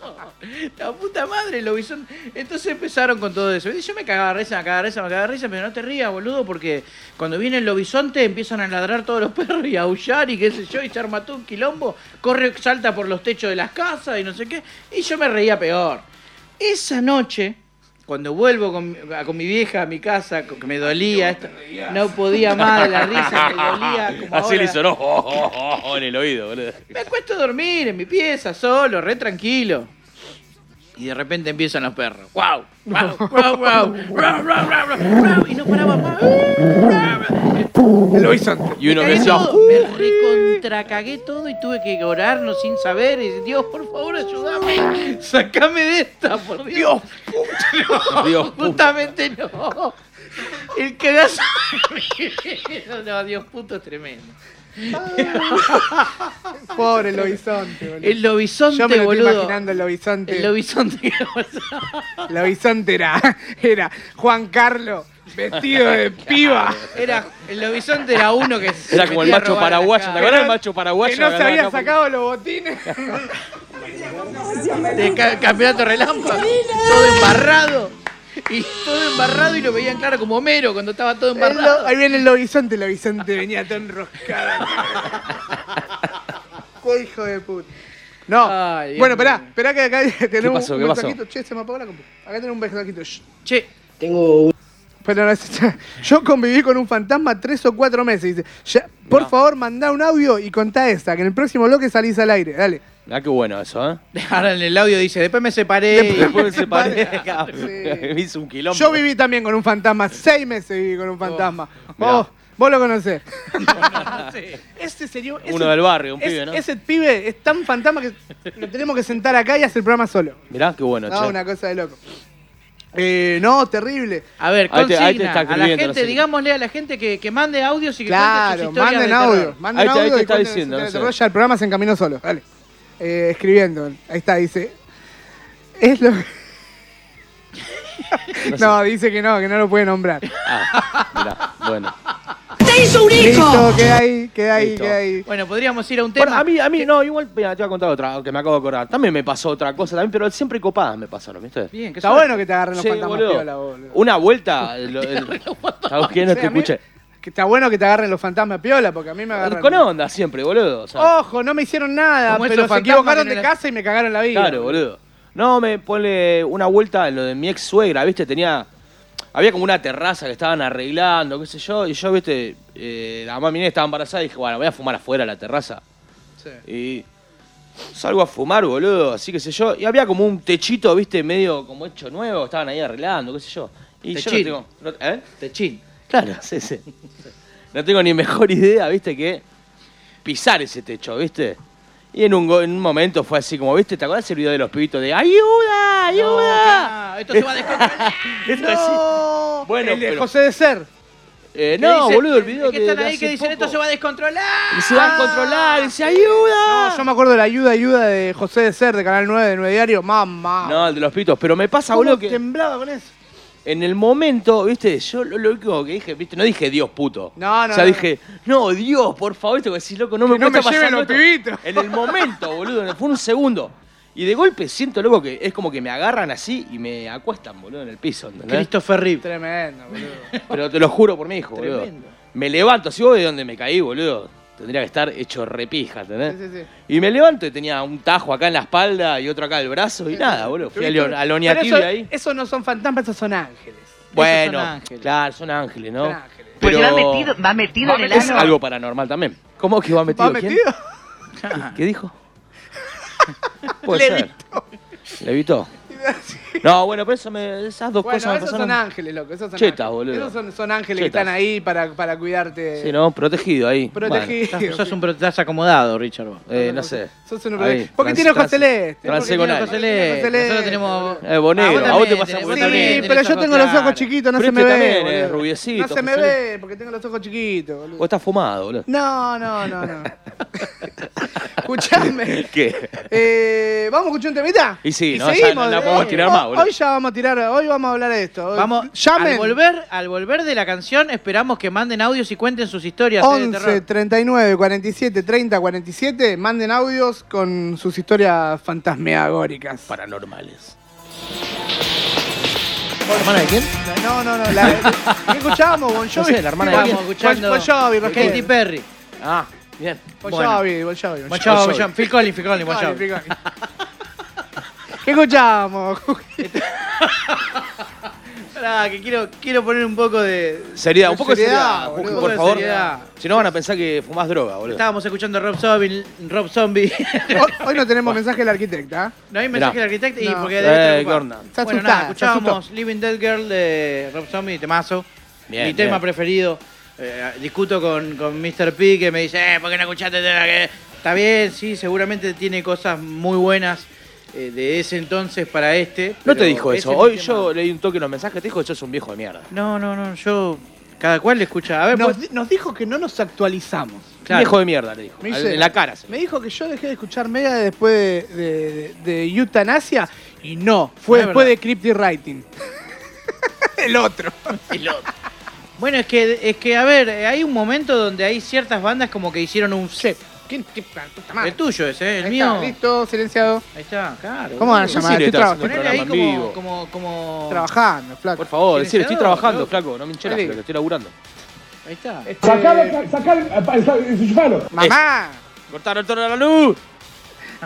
Speaker 1: La puta madre, el lobizonte. Entonces empezaron con todo eso. Y yo me cagaba de risa, me cagaba de risa, me cagaba de risa, pero no te rías, boludo, porque cuando viene el lobizonte empiezan a ladrar todos los perros y a aullar y qué sé yo, y se arma todo un quilombo, corre, salta por los techos de las casas y no sé qué. Y yo me reía peor. Esa noche, cuando vuelvo con, mi- a- con mi vieja a mi casa, co- que me dolía, esto, no podía más de la risa, me dolía como
Speaker 3: Así
Speaker 1: ahora.
Speaker 3: le sonó oh, oh, oh, oh, en el oído, boludo.
Speaker 1: Me acuesto a dormir en mi pieza, solo, re tranquilo. Y de repente empiezan los perros. ¡Wow! ¡Wow! ¡Wow! ¡Wow! Y no paraba más.
Speaker 2: Lo hizo antes.
Speaker 3: Y uno que
Speaker 1: Cagué
Speaker 3: decía,
Speaker 1: todo, me recontracagué todo y tuve que orarnos sin saber. Y Dios, por favor, ayúdame. Sacame de esta, por Dios. No,
Speaker 3: Dios, puto.
Speaker 1: justamente no. El cagazo. No, Dios puto es tremendo.
Speaker 2: Pobre Lobisonte, boludo.
Speaker 1: El lobizonte,
Speaker 2: Yo me lo estoy
Speaker 1: boludo.
Speaker 2: imaginando el lobisonte.
Speaker 1: El lobizonte.
Speaker 2: Lobisonte era, era Juan Carlos vestido de piba.
Speaker 1: Era, el lobizonte era uno que se
Speaker 3: Era como el
Speaker 1: metía a
Speaker 3: macho
Speaker 1: robar a la
Speaker 3: paraguayo. ¿Te
Speaker 1: casa.
Speaker 3: acuerdas del macho paraguayo?
Speaker 2: Que no se
Speaker 3: ganaba
Speaker 2: había
Speaker 3: acá por-
Speaker 2: sacado los botines.
Speaker 1: de ca- campeonato relámpago, todo embarrado. Y todo embarrado y lo veían claro como Homero cuando estaba todo
Speaker 2: El lo-
Speaker 1: embarrado.
Speaker 2: ahí viene el lobisonte, el lobisonte venía tan enroscado. Qué hijo de puta. No,
Speaker 1: Ay, Dios
Speaker 2: bueno,
Speaker 1: mío.
Speaker 2: esperá, esperá que acá tenemos
Speaker 3: pasó?
Speaker 2: un
Speaker 3: ¿Qué pasó?
Speaker 2: mensajito. Che, se me apagó la compu. Acá tenemos un mensajito. Shh.
Speaker 1: Che,
Speaker 5: Tengo un-
Speaker 2: Pero no es- yo conviví con un fantasma tres o cuatro meses. Dice, ya, por favor, mandá un audio y contá esta, que en el próximo bloque salís al aire. Dale.
Speaker 3: Ah, qué bueno eso, ¿eh?
Speaker 1: ahora en el audio dice, después me separé. y-
Speaker 3: Después se paré.
Speaker 2: Sí.
Speaker 3: Me hizo un quilombo.
Speaker 2: Yo viví también con un fantasma, seis meses viví con un fantasma.
Speaker 3: Oh,
Speaker 2: Vos, vos lo conocés. Este sería ese-
Speaker 3: Uno del barrio, un
Speaker 2: es-
Speaker 3: pibe, ¿no?
Speaker 2: Ese pibe es tan fantasma que lo tenemos que sentar acá y hacer el programa solo.
Speaker 3: Mirá, qué bueno,
Speaker 2: No,
Speaker 3: che.
Speaker 2: una cosa de loco. Eh, no, terrible.
Speaker 1: A ver,
Speaker 3: Ahí te-
Speaker 1: consigna,
Speaker 3: ahí te está
Speaker 1: a la
Speaker 3: escribiendo,
Speaker 1: gente,
Speaker 3: no sé.
Speaker 1: digámosle a la gente que, que mande audios y que cuente sus
Speaker 2: Claro,
Speaker 1: historias
Speaker 2: manden
Speaker 1: de terror.
Speaker 2: audio. Manden
Speaker 3: Ahí te- ahí
Speaker 2: audio
Speaker 3: te
Speaker 2: y
Speaker 3: está
Speaker 2: cuenten
Speaker 3: diciendo,
Speaker 2: su
Speaker 3: no
Speaker 2: historia de
Speaker 3: sé.
Speaker 2: terror. Ya el programa se encaminó solo. Dale. Eh, escribiendo. Ahí está, dice. Es lo. no, dice que no, que no lo puede nombrar.
Speaker 3: Ah, mirá, bueno.
Speaker 2: Listo, queda ahí, queda ahí,
Speaker 3: Listo.
Speaker 2: queda ahí.
Speaker 1: Bueno, podríamos ir a un tema.
Speaker 3: Bueno, a mí, a mí, no, igual mira, te voy a contar otra, que me acabo de acordar. También me pasó otra cosa también, pero siempre copadas me pasaron, ¿viste?
Speaker 1: Bien, que
Speaker 2: Está bueno que te agarren los
Speaker 3: Sí,
Speaker 2: fantasmas
Speaker 3: boludo.
Speaker 2: piola, boludo.
Speaker 3: Una vuelta. lo- el- Está bien, no
Speaker 2: Sí,
Speaker 3: te
Speaker 2: a mí-
Speaker 3: escuché.
Speaker 2: Que está bueno que te agarren los fantasmas piola, porque a mí me agarran.
Speaker 3: Con onda siempre, boludo. o sea,
Speaker 2: Ojo, no me hicieron nada,
Speaker 1: Como esos
Speaker 2: pero se
Speaker 1: fantasmas
Speaker 2: equivocaron
Speaker 1: que
Speaker 2: de
Speaker 1: no le-
Speaker 2: casa y me cagaron la vida.
Speaker 3: Claro, boludo. No, me pone una vuelta en lo de mi ex suegra, ¿viste? Tenía. Había como una terraza que estaban arreglando, qué sé yo, y yo, viste, eh, la mamá mía estaba embarazada y dije, bueno, voy a fumar afuera de la terraza. Y salgo a fumar, boludo, así que sé yo. Y había como un techito, viste, medio como hecho nuevo, estaban ahí arreglando, qué sé yo. Y
Speaker 1: Techín.
Speaker 3: yo no tengo. no- ¿eh?
Speaker 1: Techín.
Speaker 3: Claro, sí, sí. No tengo ni mejor idea, viste, que pisar ese techo, viste. Y en un, go- en un momento fue así como, viste, ¿te acuerdas el video de los pibitos de ¡Ayuda! ¡Ayuda!
Speaker 1: No, esto se va a descontrolar.
Speaker 3: Esto así. Bueno,
Speaker 2: el de
Speaker 3: pero-
Speaker 2: José de Ser.
Speaker 3: Eh,
Speaker 1: Que
Speaker 3: no,
Speaker 1: dice-
Speaker 3: boludo, el video
Speaker 1: es que están
Speaker 3: de
Speaker 1: ahí que dicen, esto se va a Ah. descontrolar.
Speaker 3: Y se va a controlar, y dice, ¡Ayuda!
Speaker 1: Ah.
Speaker 2: No, yo me acuerdo de la ayuda, ayuda de José de Ser, de Canal 9, de 9 Diario. Mamá.
Speaker 3: No, el de los pibitos. Pero me pasa,
Speaker 2: ¿Cómo
Speaker 3: boludo, que
Speaker 2: temblaba con eso?
Speaker 3: en el momento, viste, yo lo, lo único que dije, viste, no dije Dios puto.
Speaker 2: No, no,
Speaker 3: O sea,
Speaker 2: no,
Speaker 3: dije, no, Dios, por favor, te voy a decir, loco, no me
Speaker 2: Que no
Speaker 3: cuesta
Speaker 2: me lleven
Speaker 3: pasando
Speaker 2: los
Speaker 3: esto".
Speaker 2: pibitos.
Speaker 3: En el momento, boludo, en el- fue un segundo. Y de golpe siento, loco, que es como que me agarran así y me acuestan, boludo, en el piso, ¿entendés?
Speaker 1: Christopher Reeve.
Speaker 2: Tremendo, boludo.
Speaker 3: Pero te lo juro por mi hijo, boludo.
Speaker 1: Tremendo.
Speaker 3: Me levanto, si vos de donde me caí, boludo, tendría que estar hecho repija, ¿entendés?
Speaker 2: Sí, sí, sí.
Speaker 3: Y me levanto y tenía un tajo acá en la espalda y otro acá del brazo y nada, boludo. Fui a, Leon, a Lonia
Speaker 2: Pero
Speaker 3: Tibia
Speaker 2: eso-
Speaker 3: ahí.
Speaker 2: Esos no son fantasmas, esos son ángeles.
Speaker 3: Bueno,
Speaker 1: ángeles.
Speaker 3: claro, son ángeles, ¿no?
Speaker 2: Son ángeles.
Speaker 7: Pues
Speaker 3: Pero
Speaker 7: va metido, va metido en el
Speaker 3: es
Speaker 7: ano.
Speaker 3: algo paranormal también. ¿Cómo que va metido?
Speaker 2: ¿Vas
Speaker 3: ¿Quién?
Speaker 2: metido?
Speaker 3: ¿Qué dijo? Puede ser. Levitó. No, bueno, pero eso me, esas dos
Speaker 2: Bueno,
Speaker 3: cosas me
Speaker 2: esos son
Speaker 3: pasaron.
Speaker 2: ángeles, loco. Esos son
Speaker 3: Chetas,
Speaker 2: ángeles.
Speaker 3: boludo.
Speaker 2: Esos son, son ángeles que
Speaker 3: Chetas.
Speaker 2: están ahí para, para cuidarte.
Speaker 3: Sí, ¿no? Protegido ahí.
Speaker 2: Protegido.
Speaker 1: Estás, sos un, pro- estás acomodado, Richard. vos.
Speaker 3: Bueno, eh, no sé.
Speaker 2: Sos un
Speaker 3: Ahí,
Speaker 2: protegido. Porque
Speaker 3: trans-
Speaker 2: tiene ojos
Speaker 3: trans-
Speaker 2: celestes.
Speaker 3: Trancé con
Speaker 1: Tiene
Speaker 3: algo.
Speaker 1: ojos celestes.
Speaker 2: Tiene ojos
Speaker 1: Nosotros
Speaker 2: celestes,
Speaker 1: tenemos...
Speaker 3: Eh, bonero,
Speaker 1: Ah, vos
Speaker 3: a vos te
Speaker 1: también
Speaker 3: pasa
Speaker 1: tenés-
Speaker 3: por
Speaker 1: vos
Speaker 2: Sí,
Speaker 1: también tenés
Speaker 2: pero yo
Speaker 1: ojos
Speaker 2: tengo los ojos
Speaker 1: claros.
Speaker 2: chiquitos, no
Speaker 3: Pero
Speaker 2: se me
Speaker 3: este también
Speaker 2: ve.
Speaker 3: es
Speaker 2: boludo.
Speaker 3: rubiecito,
Speaker 2: No se me
Speaker 3: José Luis.
Speaker 2: ve, porque tengo los ojos chiquitos, boludo.
Speaker 3: Vos estás fumado, boludo.
Speaker 2: No, no, no, no. Escuchame.
Speaker 3: ¿Qué?
Speaker 2: Eh, ¿Vamos a escuchar un temita?
Speaker 3: Y sí,
Speaker 2: y
Speaker 3: no, ya
Speaker 2: seguimos.
Speaker 3: no la podemos
Speaker 2: Eh,
Speaker 3: tirar más,
Speaker 2: hoy-
Speaker 3: boludo.
Speaker 2: Hoy ya vamos a tirar, hoy vamos a hablar de esto. Hoy-
Speaker 1: Vamos,
Speaker 2: llamen.
Speaker 1: Al, volver, al volver de la canción, esperamos que manden audios y cuenten sus historias eh, de
Speaker 2: 11
Speaker 1: terror.
Speaker 2: 39 47 30 47 manden audios con sus historias fantasmeagóricas.
Speaker 3: Paranormales.
Speaker 1: ¿Hermana de quién?
Speaker 2: No, no, no, la, ¿qué escuchamos? Bon Jovi.
Speaker 3: No sé, la hermana de
Speaker 2: Bon-
Speaker 1: Estamos escuchando
Speaker 2: Bon Jovi, Rafael.
Speaker 1: Katy Perry.
Speaker 3: Ah, bien.
Speaker 2: Bon
Speaker 1: Bueno.
Speaker 2: Jovi, Bon Jovi, Bon
Speaker 1: Bon
Speaker 2: Jovi.
Speaker 1: Jovi, Bon Jovi. Phil Collins, Phil Collins, Bon
Speaker 2: Bon Jovi,
Speaker 1: Jovi.
Speaker 2: Bon Jovi. ¿Qué escuchamos?
Speaker 1: Este- Pará, que quiero, quiero poner un poco de.
Speaker 3: Seriedad, un poco de
Speaker 2: Seriedad,
Speaker 3: seriedad,
Speaker 2: boludo,
Speaker 3: Juki,
Speaker 1: un poco
Speaker 3: por
Speaker 1: de
Speaker 3: favor.
Speaker 1: seriedad.
Speaker 3: Si no van a pensar que fumás droga, boludo.
Speaker 1: Estábamos escuchando a Rob Zombie. Rob Zombie.
Speaker 2: Hoy, hoy no tenemos mensaje del arquitecta. ¿eh?
Speaker 1: no hay mensaje
Speaker 3: Mirá.
Speaker 1: del arquitecto y
Speaker 2: No.
Speaker 1: porque debe estar
Speaker 3: Eh,
Speaker 1: ocupado.
Speaker 3: Gorna.
Speaker 2: Se
Speaker 1: Bueno,
Speaker 2: asustá,
Speaker 1: nada,
Speaker 2: se asustó.
Speaker 1: escuchábamos Living Dead Girl de Rob Zombie, temazo.
Speaker 3: Bien,
Speaker 1: Mi tema
Speaker 3: bien.
Speaker 1: preferido. Eh, discuto con, con Mr. P que me dice, eh, ¿por qué no escuchaste? de la que-?" Está bien, sí, seguramente tiene cosas muy buenas eh, de ese entonces para este.
Speaker 3: No te
Speaker 1: pero
Speaker 3: dijo
Speaker 1: ese
Speaker 3: eso.
Speaker 1: es mi
Speaker 3: Hoy
Speaker 1: tema.
Speaker 3: yo leí un toque en los mensajes, te dijo que sos un viejo de mierda.
Speaker 1: No, no, no, yo... Cada cual le escucha. A ver,
Speaker 2: Nos,
Speaker 1: pues-
Speaker 2: Eh, di- nos dijo que no nos actualizamos.
Speaker 1: claro.
Speaker 3: Viejo de mierda, le dijo.
Speaker 2: Me
Speaker 3: Al-
Speaker 2: dice-
Speaker 3: en la cara. se-
Speaker 2: Me dijo que yo dejé de escuchar media después de, de, de Eutanasia y no, fue
Speaker 1: No es
Speaker 2: después
Speaker 1: verdad.
Speaker 2: de Cryptic Writing. El otro.
Speaker 1: Bueno, es que, es que, a ver, eh, hay un momento donde hay ciertas bandas como que hicieron un... set.
Speaker 2: ¿Quién? qué puta
Speaker 1: El tuyo es, ¿eh? El
Speaker 2: Ahí
Speaker 1: mío.
Speaker 2: está, listo, silenciado.
Speaker 1: Ahí está, claro.
Speaker 2: ¿Cómo van a
Speaker 3: Sí,
Speaker 2: llamar? Estoy
Speaker 3: le estás
Speaker 2: traba-
Speaker 3: haciendo un
Speaker 1: Ponele ahí
Speaker 3: programa en
Speaker 1: como,
Speaker 3: vivo.
Speaker 1: como, como...
Speaker 2: Trabajando, flaco.
Speaker 3: Oh. Por favor, decir, estoy
Speaker 1: Silenciador,
Speaker 3: trabajando,
Speaker 1: boludo.
Speaker 3: flaco, no me hinches la
Speaker 2: Dale.
Speaker 3: pelota, estoy laburando.
Speaker 1: Ahí está.
Speaker 2: Este, mamá,
Speaker 3: ¡Cortaron toda la luz!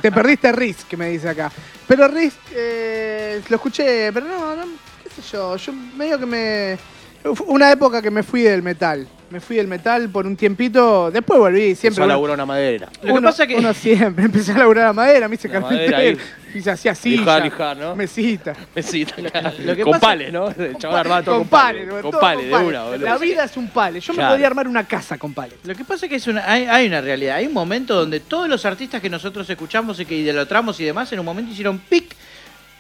Speaker 2: te perdiste Risk, que me dice acá. Pero Risk, eh, lo escuché, pero no, no, qué sé yo, yo medio que me... Fue Una época que me fui del metal. Me fui del metal por un tiempito, después volví, siempre.
Speaker 3: Empezó a
Speaker 2: uno-
Speaker 3: laburar una madera.
Speaker 1: Lo que
Speaker 2: uno,
Speaker 1: pasa que-
Speaker 2: uno siempre empecé a laburar la madera, me hice
Speaker 3: La madera
Speaker 2: carpintero, y se hacía silla,
Speaker 3: Lijar, lijar, ¿no?
Speaker 2: mesita.
Speaker 3: Mesita,
Speaker 1: lo que
Speaker 3: con
Speaker 1: pasa-
Speaker 3: pales, ¿no? El chaval armado todo
Speaker 2: con pales, boludo,
Speaker 3: Con
Speaker 2: todo
Speaker 3: pales, de
Speaker 2: con
Speaker 3: una,
Speaker 2: pales.
Speaker 3: boludo.
Speaker 2: La vida es un pale. Yo
Speaker 3: Claro.
Speaker 2: me podría armar una casa con pales.
Speaker 1: Lo que pasa es que es una, hay, hay una realidad. Hay un momento donde todos los artistas que nosotros escuchamos y que idolatramos y demás, en un momento hicieron pic.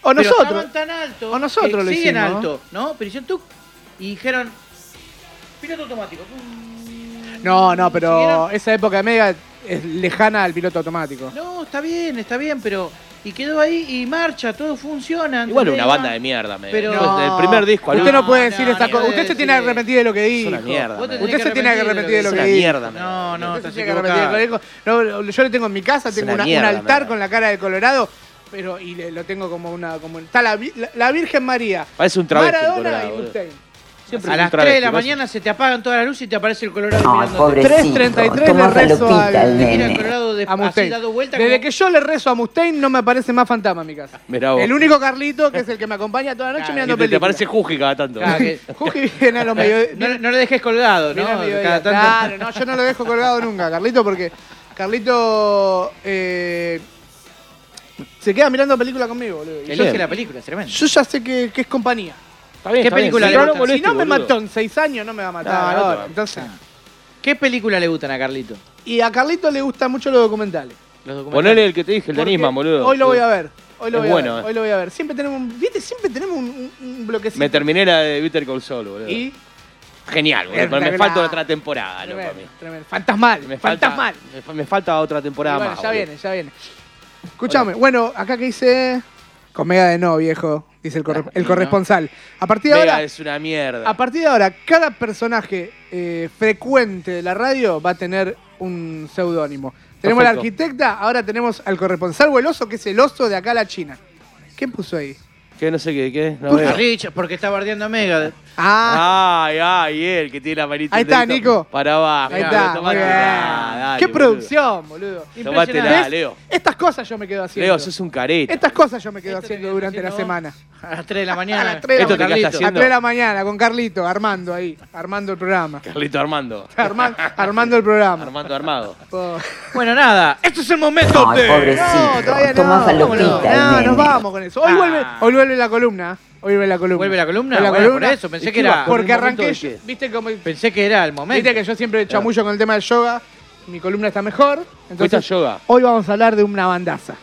Speaker 2: O
Speaker 1: pero
Speaker 2: nosotros.
Speaker 1: estaban tan alto.
Speaker 2: O nosotros
Speaker 1: que
Speaker 2: lo
Speaker 1: siguen
Speaker 2: hicimos,
Speaker 1: alto, ¿no? Pero hicieron tú y dijeron. Piloto automático.
Speaker 2: No, no, pero
Speaker 1: Siguieron.
Speaker 2: esa época de Mega es lejana al piloto automático.
Speaker 1: No, está bien, está bien, pero. Y quedó ahí y marcha, todo funciona.
Speaker 3: Igual
Speaker 1: ¿entendés?
Speaker 3: una banda de mierda, me
Speaker 1: Pero-
Speaker 3: Después Pues, del primer disco al
Speaker 2: Usted no
Speaker 1: No,
Speaker 2: puede decir
Speaker 1: no,
Speaker 2: esta
Speaker 1: ni
Speaker 2: cosa.
Speaker 1: puede
Speaker 2: Usted se
Speaker 1: decir.
Speaker 2: tiene que arrepentir de lo que
Speaker 3: Es
Speaker 2: dijo.
Speaker 3: una mierda.
Speaker 1: Vos te
Speaker 3: man.
Speaker 1: tenés
Speaker 2: Usted se tiene que arrepentir de lo
Speaker 3: Es
Speaker 2: que
Speaker 3: una
Speaker 2: dijo.
Speaker 3: mierda, man.
Speaker 1: No, no,
Speaker 2: Usted
Speaker 1: estás
Speaker 2: se tiene que arrepentir de lo
Speaker 1: equivocado.
Speaker 2: que dijo. No, lo- yo le tengo en mi casa,
Speaker 3: Es
Speaker 2: tengo
Speaker 3: una
Speaker 2: una-
Speaker 3: mierda,
Speaker 2: un altar
Speaker 3: man.
Speaker 2: con la cara de Colorado, pero y le- lo tengo como una. Como, está la, vi- la- la Virgen María,
Speaker 3: Parece un travesti. el
Speaker 2: Maradona
Speaker 3: Colorado,
Speaker 2: y
Speaker 3: boludo.
Speaker 2: Mustaine.
Speaker 3: Siempre
Speaker 1: A
Speaker 3: es un
Speaker 1: las 3
Speaker 3: travesti,
Speaker 1: de la
Speaker 3: parece-
Speaker 1: mañana se te apagan todas las luces y te aparece el colorado.
Speaker 7: Ay,
Speaker 1: mirándote.
Speaker 7: pobrecito.
Speaker 2: 3.33
Speaker 7: Toma
Speaker 2: le rezo
Speaker 7: falopita
Speaker 2: al-
Speaker 7: el
Speaker 1: Mira el
Speaker 7: nene.
Speaker 1: colorado de,
Speaker 2: a
Speaker 1: así
Speaker 2: Mustaine.
Speaker 1: dado vuelta.
Speaker 2: Desde
Speaker 1: como-
Speaker 2: que yo le rezo a Mustaine no me aparece más fantasma en mi casa.
Speaker 3: Mirá vos.
Speaker 2: El único Carlito que es el que me acompaña toda la noche
Speaker 1: Claro.
Speaker 2: mirando
Speaker 3: Y te- Te
Speaker 2: películas.
Speaker 3: parece Juji cada tanto.
Speaker 1: Claro, que-
Speaker 2: Juji viene a los mediodías.
Speaker 1: no, no le dejes colgado, ¿no?
Speaker 2: Mira, amigo,
Speaker 1: Cada
Speaker 2: diga,
Speaker 1: tanto-
Speaker 2: Claro, no, yo no lo dejo colgado nunca, Carlito, porque Carlito eh, se queda mirando película conmigo, boludo. Y
Speaker 1: El
Speaker 2: Yo,
Speaker 1: ocio de la película, es tremendo.
Speaker 2: yo ya sé que, que es compañía.
Speaker 3: Está bien,
Speaker 1: ¿Qué
Speaker 3: está bien.
Speaker 1: película
Speaker 3: Si
Speaker 1: le
Speaker 3: no,
Speaker 1: gusta?
Speaker 3: no
Speaker 2: si
Speaker 3: moleste,
Speaker 2: no me
Speaker 3: boludo.
Speaker 2: mató en seis años, no me va a matar
Speaker 3: No, no te
Speaker 2: ahora.
Speaker 3: va a
Speaker 2: Entonces,
Speaker 1: ¿Qué película le gustan a Carlito?
Speaker 2: y a Carlito le gustan mucho los documentales.
Speaker 1: Los documentales.
Speaker 3: Ponele el que te dije, el de
Speaker 2: Porque
Speaker 3: Nisman, boludo.
Speaker 2: Hoy lo voy a ver. Hoy lo
Speaker 3: Es
Speaker 2: voy
Speaker 3: bueno,
Speaker 2: a ver.
Speaker 3: eh.
Speaker 2: Hoy lo voy a ver. Siempre tenemos un, ¿viste? Siempre tenemos un, un- un bloquecito.
Speaker 3: Me terminé la de Bitter Call Saul, boludo.
Speaker 2: Y
Speaker 3: Genial, boludo. Pero me
Speaker 2: Espectacular.
Speaker 3: falta otra temporada, loco, a Ah, mí.
Speaker 2: tremendo, tremendo. Fantasmal,
Speaker 3: Me falta,
Speaker 2: fantasmal.
Speaker 3: me fa- me falta otra temporada
Speaker 2: Y bueno,
Speaker 3: más.
Speaker 2: ya
Speaker 3: boludo.
Speaker 2: viene, ya viene. Escúchame, bueno, acá que dice. Comedia de no, viejo, dice el, corre- el corresponsal. A partir de
Speaker 3: Vega
Speaker 2: ahora, Ah,
Speaker 3: es una mierda.
Speaker 2: a partir de ahora, cada personaje eh, frecuente de la radio va a tener un seudónimo. Tenemos al
Speaker 3: Perfecto.
Speaker 2: arquitecta, ahora tenemos al corresponsal o el oso, que es el oso de acá a la China. ¿Qué puso ahí?
Speaker 3: Que no sé qué, qué. No
Speaker 1: A
Speaker 3: veo.
Speaker 1: Rich, porque está bardeando a Mega.
Speaker 2: Ah,
Speaker 3: Ay, ay, él que tiene la manita.
Speaker 2: Ahí
Speaker 3: del
Speaker 2: está,
Speaker 3: dedito
Speaker 2: Nico.
Speaker 3: Para abajo.
Speaker 2: ahí
Speaker 1: mirá,
Speaker 2: está.
Speaker 3: Tomate
Speaker 2: muy
Speaker 3: la,
Speaker 2: bien.
Speaker 3: Ah, dale,
Speaker 2: Qué
Speaker 3: boludo.
Speaker 2: producción, boludo.
Speaker 3: Tomátela,
Speaker 1: Impresionante.
Speaker 3: Leo.
Speaker 2: Estas cosas yo me quedo haciendo. Este
Speaker 3: Leo, sos un careta.
Speaker 2: Estas cosas yo me quedo
Speaker 1: Esto te
Speaker 2: haciendo
Speaker 1: quedas
Speaker 2: durante la
Speaker 1: haciendo vos.
Speaker 2: semana.
Speaker 1: A las 3 de la mañana.
Speaker 2: A las 3 de la
Speaker 1: Con
Speaker 3: mañana.
Speaker 1: Carlito.
Speaker 3: Esto
Speaker 2: A
Speaker 3: te haciendo-
Speaker 2: 3 de la mañana con Carlito, armando ahí, armando el programa.
Speaker 3: Carlito Armando.
Speaker 2: Arma- armando el programa.
Speaker 3: Armando Armado.
Speaker 2: Oh.
Speaker 1: Bueno, nada. Este es el momento
Speaker 7: Ay,
Speaker 1: de.
Speaker 2: No,
Speaker 7: pobrecito.
Speaker 2: todavía no.
Speaker 7: Toma
Speaker 2: ¿cómo no?
Speaker 7: falopita
Speaker 2: No,
Speaker 7: el
Speaker 2: nos
Speaker 7: nene.
Speaker 2: vamos con eso. Hoy,
Speaker 1: Ah.
Speaker 2: vuelve, hoy vuelve la columna. Hoy vuelve la columna.
Speaker 1: ¿Vuelve la columna?
Speaker 2: Vuelve la
Speaker 1: Bueno,
Speaker 2: columna.
Speaker 1: por eso, pensé
Speaker 3: ¿Y
Speaker 1: que
Speaker 3: qué
Speaker 1: era.
Speaker 3: va? Por
Speaker 2: Porque
Speaker 3: el momento
Speaker 2: arranqué,
Speaker 3: de qué.
Speaker 2: viste como
Speaker 1: Pensé que era el momento.
Speaker 2: viste que yo siempre chamullo con el tema del yoga. Mi columna está mejor.
Speaker 3: Fuiste a
Speaker 2: Entonces,
Speaker 3: yoga.
Speaker 2: hoy vamos a hablar de una bandaza.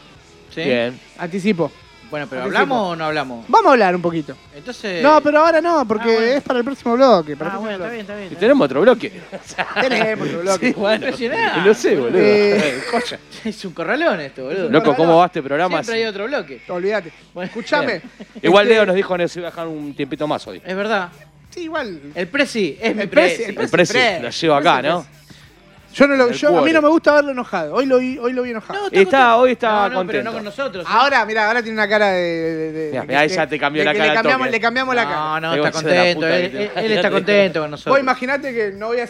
Speaker 1: ¿Sí?
Speaker 3: Bien.
Speaker 2: Anticipo.
Speaker 1: Bueno, pero
Speaker 2: Anticipo.
Speaker 1: ¿hablamos o no hablamos?
Speaker 2: Vamos a hablar un poquito.
Speaker 1: Entonces.
Speaker 2: No, pero ahora no, porque
Speaker 1: Ah, bueno.
Speaker 2: es para el próximo bloque. Para
Speaker 1: Ah,
Speaker 2: el
Speaker 1: bueno,
Speaker 2: próximo
Speaker 1: está bien, está bien.
Speaker 3: Y
Speaker 1: está bien.
Speaker 3: tenemos otro bloque.
Speaker 2: bloque. Tenemos otro bloque.
Speaker 3: Sí, bueno.
Speaker 1: Impresionante.
Speaker 3: No sé, boludo.
Speaker 2: Ah. Eh.
Speaker 3: Joya.
Speaker 1: Es un corralón esto, boludo.
Speaker 3: Loco, ¿cómo va este programa?
Speaker 1: Siempre hay otro bloque.
Speaker 2: Olvídate.
Speaker 1: Bueno,
Speaker 2: Escuchame.
Speaker 3: Bien. Igual
Speaker 2: este,
Speaker 3: Leo nos dijo que nos iba a dejar un tiempito más hoy.
Speaker 1: Es verdad.
Speaker 2: Sí, igual.
Speaker 1: El Prezi es mi
Speaker 2: El Prezi,
Speaker 1: Prezi.
Speaker 2: el
Speaker 3: El
Speaker 2: Prezi,
Speaker 3: precio
Speaker 2: pre-
Speaker 3: lo llevo acá, ¿no?
Speaker 2: Yo no lo,
Speaker 3: El
Speaker 2: yo, a mí
Speaker 3: cuore.
Speaker 2: no me gusta verlo enojado. Hoy lo vi, hoy lo vi enojado.
Speaker 1: No,
Speaker 3: Está- hoy está
Speaker 1: no, no, pero
Speaker 3: contento.
Speaker 1: no con nosotros. ¿eh?
Speaker 2: Ahora, mira, ahora tiene una cara de. de- de-
Speaker 3: Mirá,
Speaker 2: de-
Speaker 3: mirá,
Speaker 2: de-
Speaker 3: ella te cambió
Speaker 2: de
Speaker 3: la
Speaker 2: que
Speaker 3: cara
Speaker 2: Le
Speaker 3: al
Speaker 2: cambiamos,
Speaker 3: toque.
Speaker 2: le cambiamos la cara.
Speaker 1: No, no,
Speaker 3: Digo,
Speaker 1: está
Speaker 3: hijo de la
Speaker 1: contento.
Speaker 3: puta que
Speaker 1: Él,
Speaker 3: te-
Speaker 1: él- él está contento con
Speaker 2: Vos
Speaker 1: nosotros.
Speaker 2: imaginate que no voy a.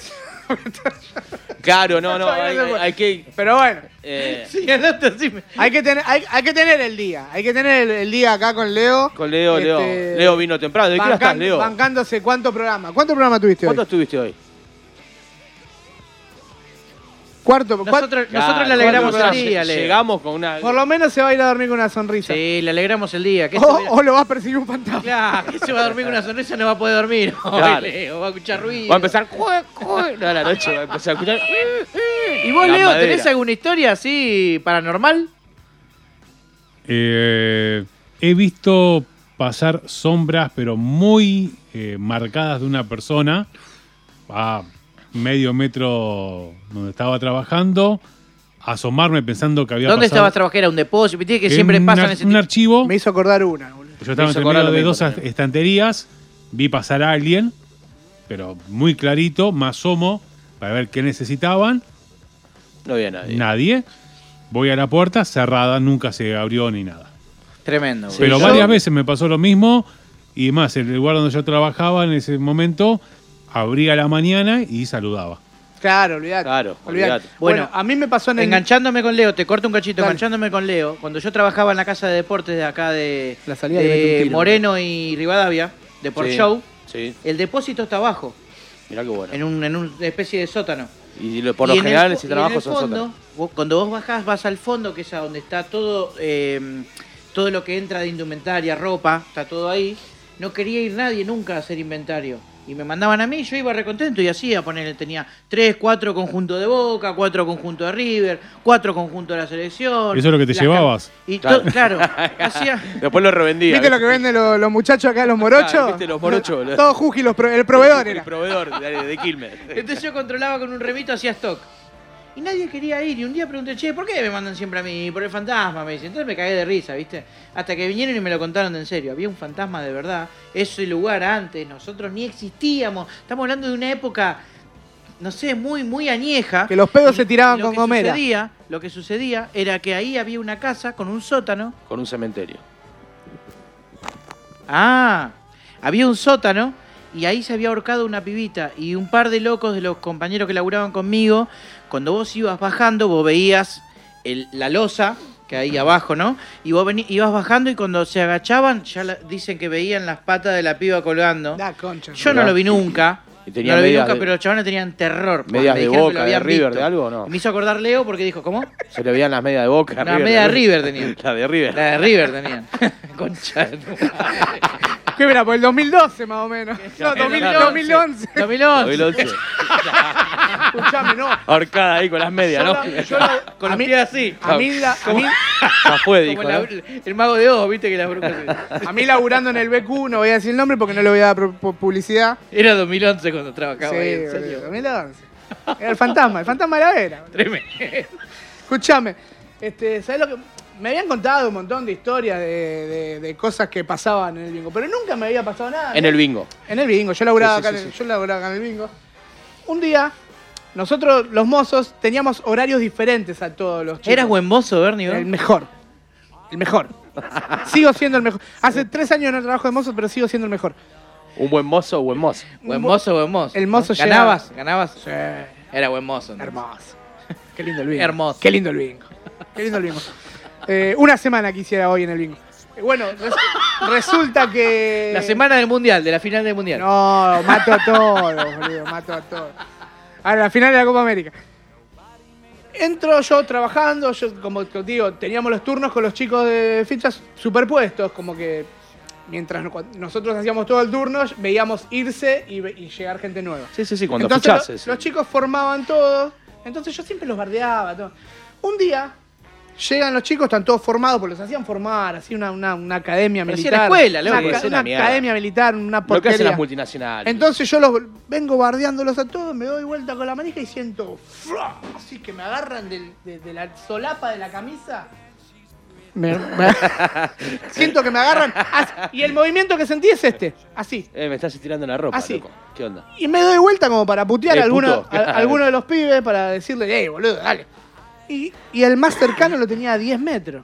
Speaker 3: Claro, no, no, hay, hay- hay que...
Speaker 2: Pero bueno,
Speaker 3: eh,
Speaker 2: hay que, tener, hay, hay que tener el día. Hay que tener el, el día acá con Leo.
Speaker 3: con Leo,
Speaker 2: Este,
Speaker 3: Leo. Leo vino temprano. ¿De qué hora
Speaker 2: bancan-
Speaker 3: estás, Leo?
Speaker 2: Bancándose cuánto programa. ¿Cuánto programa tuviste
Speaker 3: ¿Cuánto
Speaker 2: hoy?
Speaker 3: estuviste hoy?
Speaker 2: Cuarto. cuatro-
Speaker 1: Nosotros, nosotros le
Speaker 3: Claro,
Speaker 1: alegramos
Speaker 3: nosotros
Speaker 1: el día, Leo.
Speaker 3: Llegamos con una...
Speaker 2: por lo menos se va a ir a dormir con una sonrisa.
Speaker 1: Sí, le alegramos el día. que
Speaker 2: O,
Speaker 1: estuviera-
Speaker 2: o lo va a perseguir un fantasma.
Speaker 1: Claro, que se va a dormir con una sonrisa no va a poder dormir.
Speaker 3: Claro.
Speaker 1: Leo, va a escuchar ruido.
Speaker 3: Va a empezar... "Cue, cue". No, a la noche va a empezar a escuchar...
Speaker 1: ¿Y vos,
Speaker 3: La
Speaker 1: Leo,
Speaker 3: madera.
Speaker 1: tenés alguna historia así paranormal?
Speaker 4: Eh, he visto pasar sombras, pero muy eh, marcadas de una persona a medio metro donde estaba trabajando, asomarme pensando que había
Speaker 1: ¿Dónde
Speaker 4: pasado
Speaker 1: estabas trabajando? ¿Era un depósito? Viste que
Speaker 4: en
Speaker 1: siempre
Speaker 4: un
Speaker 1: pasan
Speaker 4: ar-
Speaker 1: ese
Speaker 4: un
Speaker 1: tipo-
Speaker 4: archivo.
Speaker 2: Me hizo acordar una, boludo.
Speaker 4: Yo estaba
Speaker 3: Me hizo
Speaker 4: entre
Speaker 3: acordar
Speaker 4: medio
Speaker 3: lo
Speaker 4: de
Speaker 3: mismo
Speaker 4: dos
Speaker 3: también.
Speaker 4: estanterías, vi pasar a alguien, pero muy clarito, me asomo para ver qué necesitaban.
Speaker 3: No había nadie.
Speaker 4: Nadie. Voy a la puerta, cerrada, nunca se abrió ni nada.
Speaker 1: Tremendo.
Speaker 3: Sí.
Speaker 4: Pero
Speaker 3: yo-
Speaker 4: varias veces me pasó lo mismo y más, el lugar donde yo trabajaba en ese momento abría a la mañana y saludaba.
Speaker 2: Claro, olvidate.
Speaker 3: Claro, olvidate.
Speaker 2: Bueno,
Speaker 1: Bueno,
Speaker 2: a mí me pasó en el...
Speaker 1: Enganchándome con Leo, te corto un cachito,
Speaker 2: Dale.
Speaker 1: enganchándome con Leo. Cuando yo trabajaba en la casa de deportes de acá de,
Speaker 2: La salida
Speaker 1: de
Speaker 2: le mete un tiro.
Speaker 1: Moreno y Rivadavia, de por
Speaker 3: Sí,
Speaker 1: show,
Speaker 3: Sí,
Speaker 1: el depósito está abajo,
Speaker 3: mirá qué bueno.
Speaker 1: en, un- en una especie de sótano.
Speaker 3: Y lo- por
Speaker 1: Y
Speaker 3: lo
Speaker 1: en el
Speaker 3: general,
Speaker 1: fo-
Speaker 3: ese
Speaker 1: y en
Speaker 3: trabajo
Speaker 1: el
Speaker 3: son
Speaker 1: fondo,
Speaker 3: sótanos.
Speaker 1: vos- Cuando vos bajás, vas al fondo, que es a donde está todo, eh, todo lo que entra de indumentaria, ropa, está todo ahí. No quería ir nadie nunca a hacer inventario. Y me mandaban a mí, yo iba recontento y hacía, ponerle, tenía tres, cuatro conjuntos de Boca, cuatro conjuntos de River, cuatro conjuntos de la selección.
Speaker 4: Eso es lo que te
Speaker 1: Las
Speaker 4: llevabas.
Speaker 1: cam- Y to- claro,
Speaker 3: Claro.
Speaker 1: hacía...
Speaker 3: Después lo revendía.
Speaker 2: ¿Viste lo que venden los, los muchachos acá, los morochos?
Speaker 3: Ah, Claro, ¿viste los morochos, boludo?
Speaker 2: Todos Juki, los pro- el proveedor
Speaker 3: El
Speaker 2: era.
Speaker 3: proveedor de, de Quilmes.
Speaker 1: Entonces yo controlaba con un remito hacía stock. Y nadie quería ir. Y un día pregunté, che, ¿por qué me mandan siempre a mí? Por el fantasma, me dicen. Entonces me cagué de risa, ¿viste? Hasta que vinieron y me lo contaron de en serio. Había un fantasma de verdad. Ese lugar antes, nosotros ni existíamos. Estamos hablando de una época, no sé, muy, muy añeja.
Speaker 2: Que los pedos
Speaker 1: Y-
Speaker 2: se tiraban
Speaker 1: y
Speaker 2: con gomera.
Speaker 1: Lo que sucedía, lo que sucedía era que ahí había una casa con un sótano
Speaker 3: Con un cementerio.
Speaker 1: Ah, había un sótano y ahí se había ahorcado una pibita y un par de locos de los compañeros que laburaban conmigo, cuando vos ibas bajando, vos veías el- la losa que ahí abajo, ¿no? Y vos vení- ibas bajando y cuando se agachaban, ya la- dicen que veían las patas de la piba colgando.
Speaker 2: Da concha.
Speaker 1: Yo no lo vi nunca.
Speaker 3: Y tenía
Speaker 1: no lo vi
Speaker 3: medias
Speaker 1: nunca,
Speaker 3: de-
Speaker 1: pero los chavales tenían terror. porque
Speaker 3: medias
Speaker 1: me
Speaker 3: de
Speaker 1: dijeron que
Speaker 3: Boca,
Speaker 1: lo
Speaker 3: de
Speaker 1: habían
Speaker 3: River,
Speaker 1: visto.
Speaker 3: de algo, ¿o no?
Speaker 1: Y Me hizo acordar Leo porque dijo, ¿cómo?
Speaker 3: Se le veían las medias de boca.
Speaker 1: No, media de River tenía.
Speaker 3: tenían. La de River.
Speaker 1: La de River tenían. Concha. de tu madre.
Speaker 2: ¿Qué era? Por el 2012 más o menos. No, 2000, 2011.
Speaker 1: 2011.
Speaker 3: 2011.
Speaker 2: Escuchame, no.
Speaker 3: Ahorcada ahí con las medias, ¿no?
Speaker 1: Con los pies así.
Speaker 2: A mí, la- a, mí,
Speaker 3: Ya fue, dijo.
Speaker 1: Como la-
Speaker 3: ¿no?
Speaker 1: el mago de Oz, viste que las brujas.
Speaker 2: a mí laburando en el BQ, no voy a decir el nombre porque no le voy a dar pro- pu- publicidad.
Speaker 1: Era 2011 cuando trabajaba
Speaker 2: Sí,
Speaker 1: ahí, en
Speaker 2: boludo,
Speaker 1: serio.
Speaker 2: 2011. Era el fantasma, el fantasma de la vera.
Speaker 1: Tremendo.
Speaker 2: Escuchame, este, ¿sabes lo que.? Me habían contado un montón de historias de, de- de cosas que pasaban en el bingo, pero nunca me había pasado nada.
Speaker 3: En el bingo.
Speaker 2: En el bingo, yo laburaba,
Speaker 3: Sí, sí,
Speaker 2: acá,
Speaker 3: sí,
Speaker 2: en- yo laburaba acá en el bingo. Un día, nosotros los mozos teníamos horarios diferentes a todos los chicos.
Speaker 1: Eras buen mozo, Bernie. ¿no?
Speaker 2: El mejor. El mejor. sigo siendo el mejor. Hace tres años no trabajo de mozo, pero sigo siendo el mejor.
Speaker 3: Un buen mozo o buen mozo.
Speaker 1: Buen mozo, buen mozo.
Speaker 2: El mozo llega-
Speaker 1: ¿Ganabas? ¿Ganabas? Era buen mozo. ¿no?
Speaker 2: Hermoso. Qué lindo el bingo.
Speaker 1: Hermoso.
Speaker 2: Qué lindo el bingo. Qué lindo el bingo. Eh, una semana quisiera hoy en el bingo. Eh, bueno, res- resulta que.
Speaker 1: La semana del mundial, de la final del mundial.
Speaker 2: No, mato a todos, boludo, mato a todos. A la final de la Copa América. Entro yo trabajando, yo como te digo, teníamos los turnos con los chicos de fichas superpuestos, como que mientras no- cuando nosotros hacíamos todo el turno, veíamos irse y, ve- y llegar gente nueva.
Speaker 3: Sí, sí, sí, cuando
Speaker 2: Entonces,
Speaker 3: escuchás
Speaker 2: lo-
Speaker 3: eso.
Speaker 2: los chicos formaban todo, entonces yo siempre los bardeaba. todo. Un día llegan los chicos, están todos formados, porque los hacían formar, así una, una, una academia
Speaker 1: Parecía
Speaker 2: militar.
Speaker 1: la escuela, loco,
Speaker 2: una, ca-
Speaker 3: es una
Speaker 2: una
Speaker 3: mierda.
Speaker 2: academia militar, una
Speaker 3: Lo que
Speaker 2: porquería.
Speaker 3: hacen las multinacionales.
Speaker 2: Entonces yo los vengo bardeándolos a todos, me doy vuelta con la manija y siento. ¡fra! Así que me agarran del- de, de la solapa de la camisa. Me- me- siento que me agarran. así, y el movimiento que sentí es este. Así.
Speaker 3: Eh, me estás estirando la ropa,
Speaker 2: Así.
Speaker 3: loco. ¿Qué onda?
Speaker 2: Y me doy vuelta como para putear
Speaker 3: Eh,
Speaker 2: a, alguno,
Speaker 3: puto.
Speaker 2: a- a alguno de los pibes para decirle, hey, boludo, dale. Y, y el más cercano lo tenía a 10 metros.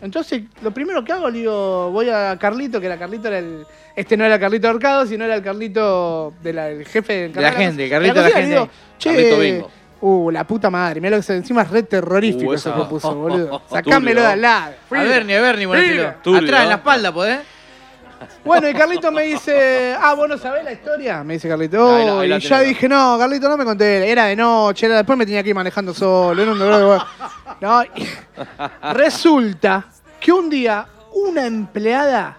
Speaker 2: Entonces, lo primero que hago, le digo, voy a Carlito, que era Carlito, era el, este no era Carlito Ahorcado, sino era el Carlito del jefe del
Speaker 1: De la
Speaker 2: Carlito
Speaker 1: gente, Carlito de la
Speaker 2: cocina, le
Speaker 1: gente.
Speaker 2: digo, che,
Speaker 3: Carlito Bingo.
Speaker 2: Uh, la puta madre. Mirá lo que se, encima es re terrorífico
Speaker 3: Uh,
Speaker 2: eso
Speaker 3: esa-
Speaker 2: que puso, boludo.
Speaker 3: Turbio.
Speaker 2: Sacámelo de al lado.
Speaker 1: A Bernie, a Bernie, ponéselo.
Speaker 2: Mira.
Speaker 3: Turbio,
Speaker 1: Atrás, en la
Speaker 3: ¿no?
Speaker 1: espalda, ¿podés?
Speaker 2: Bueno, y Carlito me dice, ah, vos no sabés la historia. Me dice Carlito.
Speaker 3: Ahí la- ahí la
Speaker 2: y ya
Speaker 3: tenés.
Speaker 2: dije, no, Carlito, no me conté. Era de noche, era después me tenía que ir manejando solo. Era un dolor de hue- No, y- resulta que un día una empleada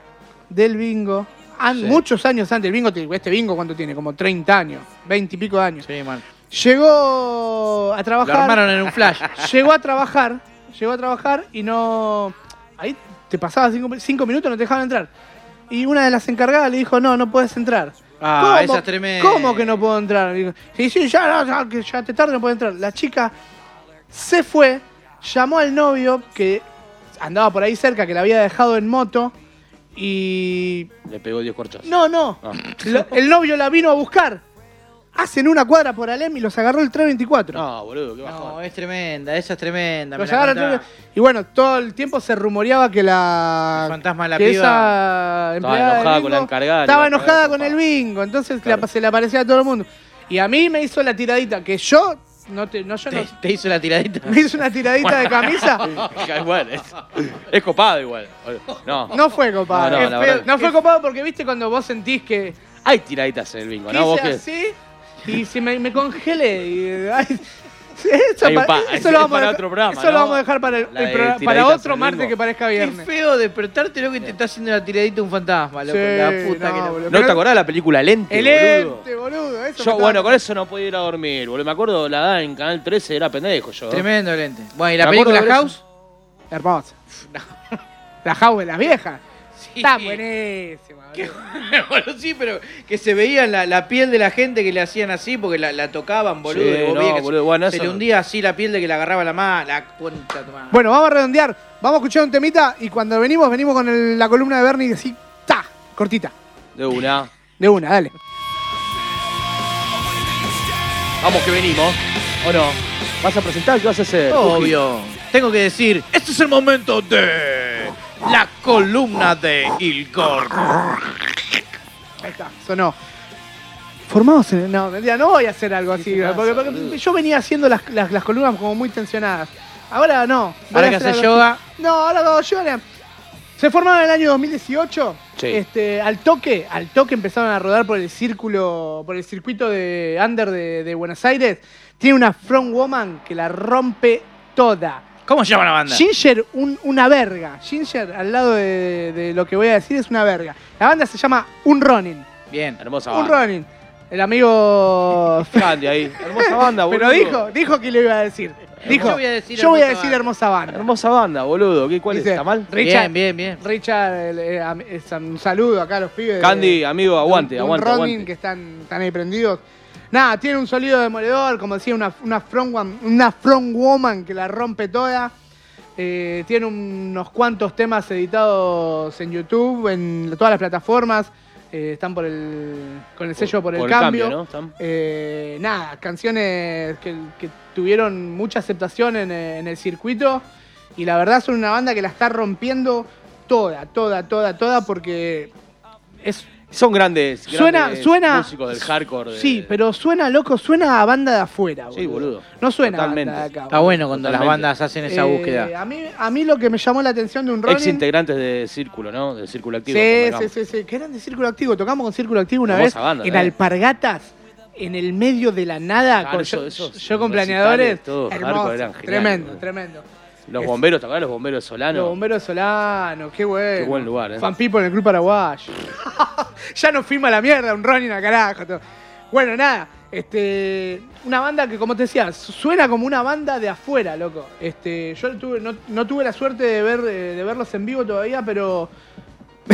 Speaker 2: del bingo, an-
Speaker 3: Sí.
Speaker 2: muchos años antes, el bingo, te- este bingo cuánto tiene, como 30 años, 20 y pico de años,
Speaker 1: Sí, man.
Speaker 2: llegó a
Speaker 1: Lo
Speaker 2: trabajar
Speaker 1: armaron en un flash.
Speaker 2: llegó a trabajar, llegó a trabajar y no. Ahí te pasaba cinco, cinco minutos, no te dejaban entrar. Y una de las encargadas le dijo, no, no puedes entrar.
Speaker 1: Ah, esa es tremenda.
Speaker 2: ¿Cómo que no puedo entrar? Digo, sí, sí, ya, no, ya, que ya te tarde, no puedo entrar. La chica se fue, llamó al novio que andaba por ahí cerca, que la había dejado en moto y
Speaker 3: Le pegó 10 corchazos.
Speaker 2: no, no.
Speaker 3: Ah.
Speaker 2: Lo- el novio la vino a buscar. Hacen una cuadra por Alem y los agarró el 324.
Speaker 3: No, boludo, qué bajón.
Speaker 1: No, es tremenda, esa es tremenda. me
Speaker 2: Los
Speaker 1: la
Speaker 2: agarran
Speaker 1: contá.
Speaker 2: todo- y bueno, todo el tiempo se rumoreaba que la.
Speaker 1: El fantasma de la
Speaker 2: que
Speaker 1: piba
Speaker 2: esa empleada del
Speaker 3: enojada con la
Speaker 2: bingo
Speaker 3: encargada,
Speaker 2: Estaba
Speaker 3: la encargada
Speaker 2: enojada
Speaker 3: se
Speaker 2: con el
Speaker 3: enojaba.
Speaker 2: bingo, entonces la-
Speaker 3: Claro.
Speaker 2: se le aparecía a todo el mundo. Y a mí me hizo la tiradita, que yo. No te, no, yo no-
Speaker 1: Te, te hizo la tiradita.
Speaker 2: me hizo una tiradita de camisa.
Speaker 3: igual, es, es copado igual. No.
Speaker 2: No fue copado.
Speaker 3: No, no,
Speaker 2: Es
Speaker 3: la
Speaker 2: feo-
Speaker 3: verdad.
Speaker 2: no fue copado porque viste cuando vos sentís que
Speaker 3: Hay tiraditas en el bingo, ¿no? ¿Vos
Speaker 2: quise
Speaker 3: qué?
Speaker 2: así y se me, me congelé. y, eh, ay, eso
Speaker 3: Hay un
Speaker 2: pa-
Speaker 3: pa-
Speaker 2: eso
Speaker 3: es
Speaker 2: lo vamos a
Speaker 3: para
Speaker 2: dejar-
Speaker 3: otro programa,
Speaker 2: eso lo
Speaker 3: ¿no?
Speaker 2: vamos a dejar para, el-
Speaker 3: La
Speaker 2: el
Speaker 3: de
Speaker 2: programa- para
Speaker 3: tiraditas en
Speaker 2: otro
Speaker 3: el
Speaker 2: martes
Speaker 3: bingo.
Speaker 2: que parezca
Speaker 1: Qué
Speaker 2: viernes.
Speaker 1: feo despertarte lo que te está haciendo la tiradita un fantasma, loco.
Speaker 2: Sí,
Speaker 1: la puta
Speaker 2: no,
Speaker 1: que lo-
Speaker 2: boludo.
Speaker 3: ¿No te acordás de la película Lente,
Speaker 2: El
Speaker 3: boludo?
Speaker 2: ente, boludo. Eso me
Speaker 3: Yo, bueno,
Speaker 2: estaba-
Speaker 3: con eso no podía ir a dormir, boludo. Me acuerdo la edad en Canal 13, era pendejo yo.
Speaker 1: Tremendo lente. Bueno, ¿y la
Speaker 3: Me acuerdo
Speaker 1: película
Speaker 3: de
Speaker 1: House?
Speaker 2: Hermoso. La jaula de las viejas.
Speaker 1: Sí.
Speaker 2: Está buenísima. boludo.
Speaker 1: Bueno, sí, pero que se veía la, la piel de la gente que le hacían así porque la, la tocaban, boludo.
Speaker 3: Sí,
Speaker 1: y vos
Speaker 3: no,
Speaker 1: veías que se-
Speaker 3: boludo, bueno,
Speaker 1: se
Speaker 3: eso
Speaker 1: le
Speaker 3: no.
Speaker 1: hundía así la piel de que la agarraba la mano. La cuenta tu madre.
Speaker 2: Bueno, vamos a redondear. Vamos a escuchar un temita y cuando venimos, venimos con el- la columna de Bernie así, ta, cortita.
Speaker 3: De una.
Speaker 2: De una, dale.
Speaker 3: Vamos que venimos. ¿O no? ¿Vas a presentar? ¿Qué vas a hacer?
Speaker 1: Obvio. Tengo que decir, este es el momento de la columna de Ilgor.
Speaker 2: Ahí está, sonó. Formados en. No, mentira, no voy a hacer algo así. Porque, porque yo venía haciendo las, las- las columnas como muy tensionadas. Ahora no. voy
Speaker 1: Ahora
Speaker 2: a
Speaker 1: que
Speaker 2: hacer
Speaker 1: haces
Speaker 2: algo
Speaker 1: yoga.
Speaker 2: así. No, ahora no, yoga. Se formaron en el año 2018.
Speaker 3: Sí.
Speaker 2: Este, al toque, al toque empezaron a rodar por el círculo, por el circuito de Under de, de Buenos Aires. Tiene una front woman que la rompe toda.
Speaker 1: ¿Cómo se llama la banda?
Speaker 2: Ginger, un- una verga. Ginger, al lado de, de lo que voy a decir, es una verga. La banda se llama Un Ronin.
Speaker 1: Bien.
Speaker 3: Hermosa
Speaker 2: Un
Speaker 3: banda.
Speaker 2: Ronin. El amigo.
Speaker 3: Grande ahí. Hermosa banda, boludo.
Speaker 2: Pero dijo, dijo que lo iba a decir. Dijo,
Speaker 1: voy a decir
Speaker 2: yo voy a
Speaker 1: hermosa
Speaker 2: decir
Speaker 1: banda.
Speaker 2: hermosa banda.
Speaker 3: Hermosa banda, boludo. ¿Qué, ¿Cuál
Speaker 2: Dice,
Speaker 3: es? ¿Está mal?
Speaker 2: Richard,
Speaker 1: Bien, bien, bien.
Speaker 2: Richard, el, eh, am- es un saludo acá a los
Speaker 3: eh,
Speaker 2: pibes. de-
Speaker 3: Candy, amigo, aguante,
Speaker 2: de un
Speaker 3: aguante,
Speaker 2: Ronin
Speaker 3: aguante.
Speaker 2: que están, están ahí prendidos. Nada, tiene un sonido demoledor, como decía, una, una, front, woman, una front woman que la rompe toda. Eh, tiene un- unos cuantos temas editados en YouTube, en todas las plataformas. Eh, están por el, con el sello por, el, cambio.
Speaker 3: ¿no? Están-
Speaker 2: Eh, nada, canciones que, que tuvieron mucha aceptación en, eh, en el circuito y la verdad son una banda que la está rompiendo toda, toda, toda, toda porque es...
Speaker 3: Son grandes,
Speaker 2: Suena-
Speaker 3: grandes
Speaker 2: suena-
Speaker 3: músicos del hardcore. de-
Speaker 2: Sí, pero suena loco, suena a banda de afuera.
Speaker 3: Sí, boludo.
Speaker 2: No suena
Speaker 3: Totalmente.
Speaker 2: a banda de acá.
Speaker 1: Está bueno cuando las
Speaker 3: Totalmente.
Speaker 1: bandas hacen esa
Speaker 2: Eh,
Speaker 1: búsqueda.
Speaker 2: A mí, a mí lo que me llamó la atención de un
Speaker 3: Ex
Speaker 2: Ronin...
Speaker 3: integrantes de Círculo, ¿no? De Círculo Activo.
Speaker 2: Sí, sí,
Speaker 3: convengamos.
Speaker 2: sí, sí, que eran de Círculo Activo. Tocamos con Círculo Activo una vez
Speaker 3: Hermosa banda,
Speaker 2: en
Speaker 3: ¿eh?
Speaker 2: Alpargatas, en el medio de la nada.
Speaker 3: Claro,
Speaker 2: con-
Speaker 3: eso-
Speaker 2: yo,
Speaker 3: esos
Speaker 2: yo con
Speaker 3: recitales,
Speaker 2: planeadores.
Speaker 3: todo,
Speaker 2: hermoso,
Speaker 3: hardcore, eran geniales,
Speaker 2: tremendo,
Speaker 3: boludo.
Speaker 2: tremendo.
Speaker 3: Los
Speaker 2: Es-
Speaker 3: bomberos, ¿te acordás? Los bomberos Solano.
Speaker 2: Los bomberos solanos, qué bueno.
Speaker 3: Qué buen lugar, ¿eh?
Speaker 2: Fan People en el Club Paraguayo. ya nos fuimos a la mierda, un Ronin a carajo. todo. Bueno, nada. Este, una banda que, como te decía, su- suena como una banda de afuera, loco. Este, yo tuve, no, no tuve la suerte de, ver, eh, de verlos en vivo todavía, pero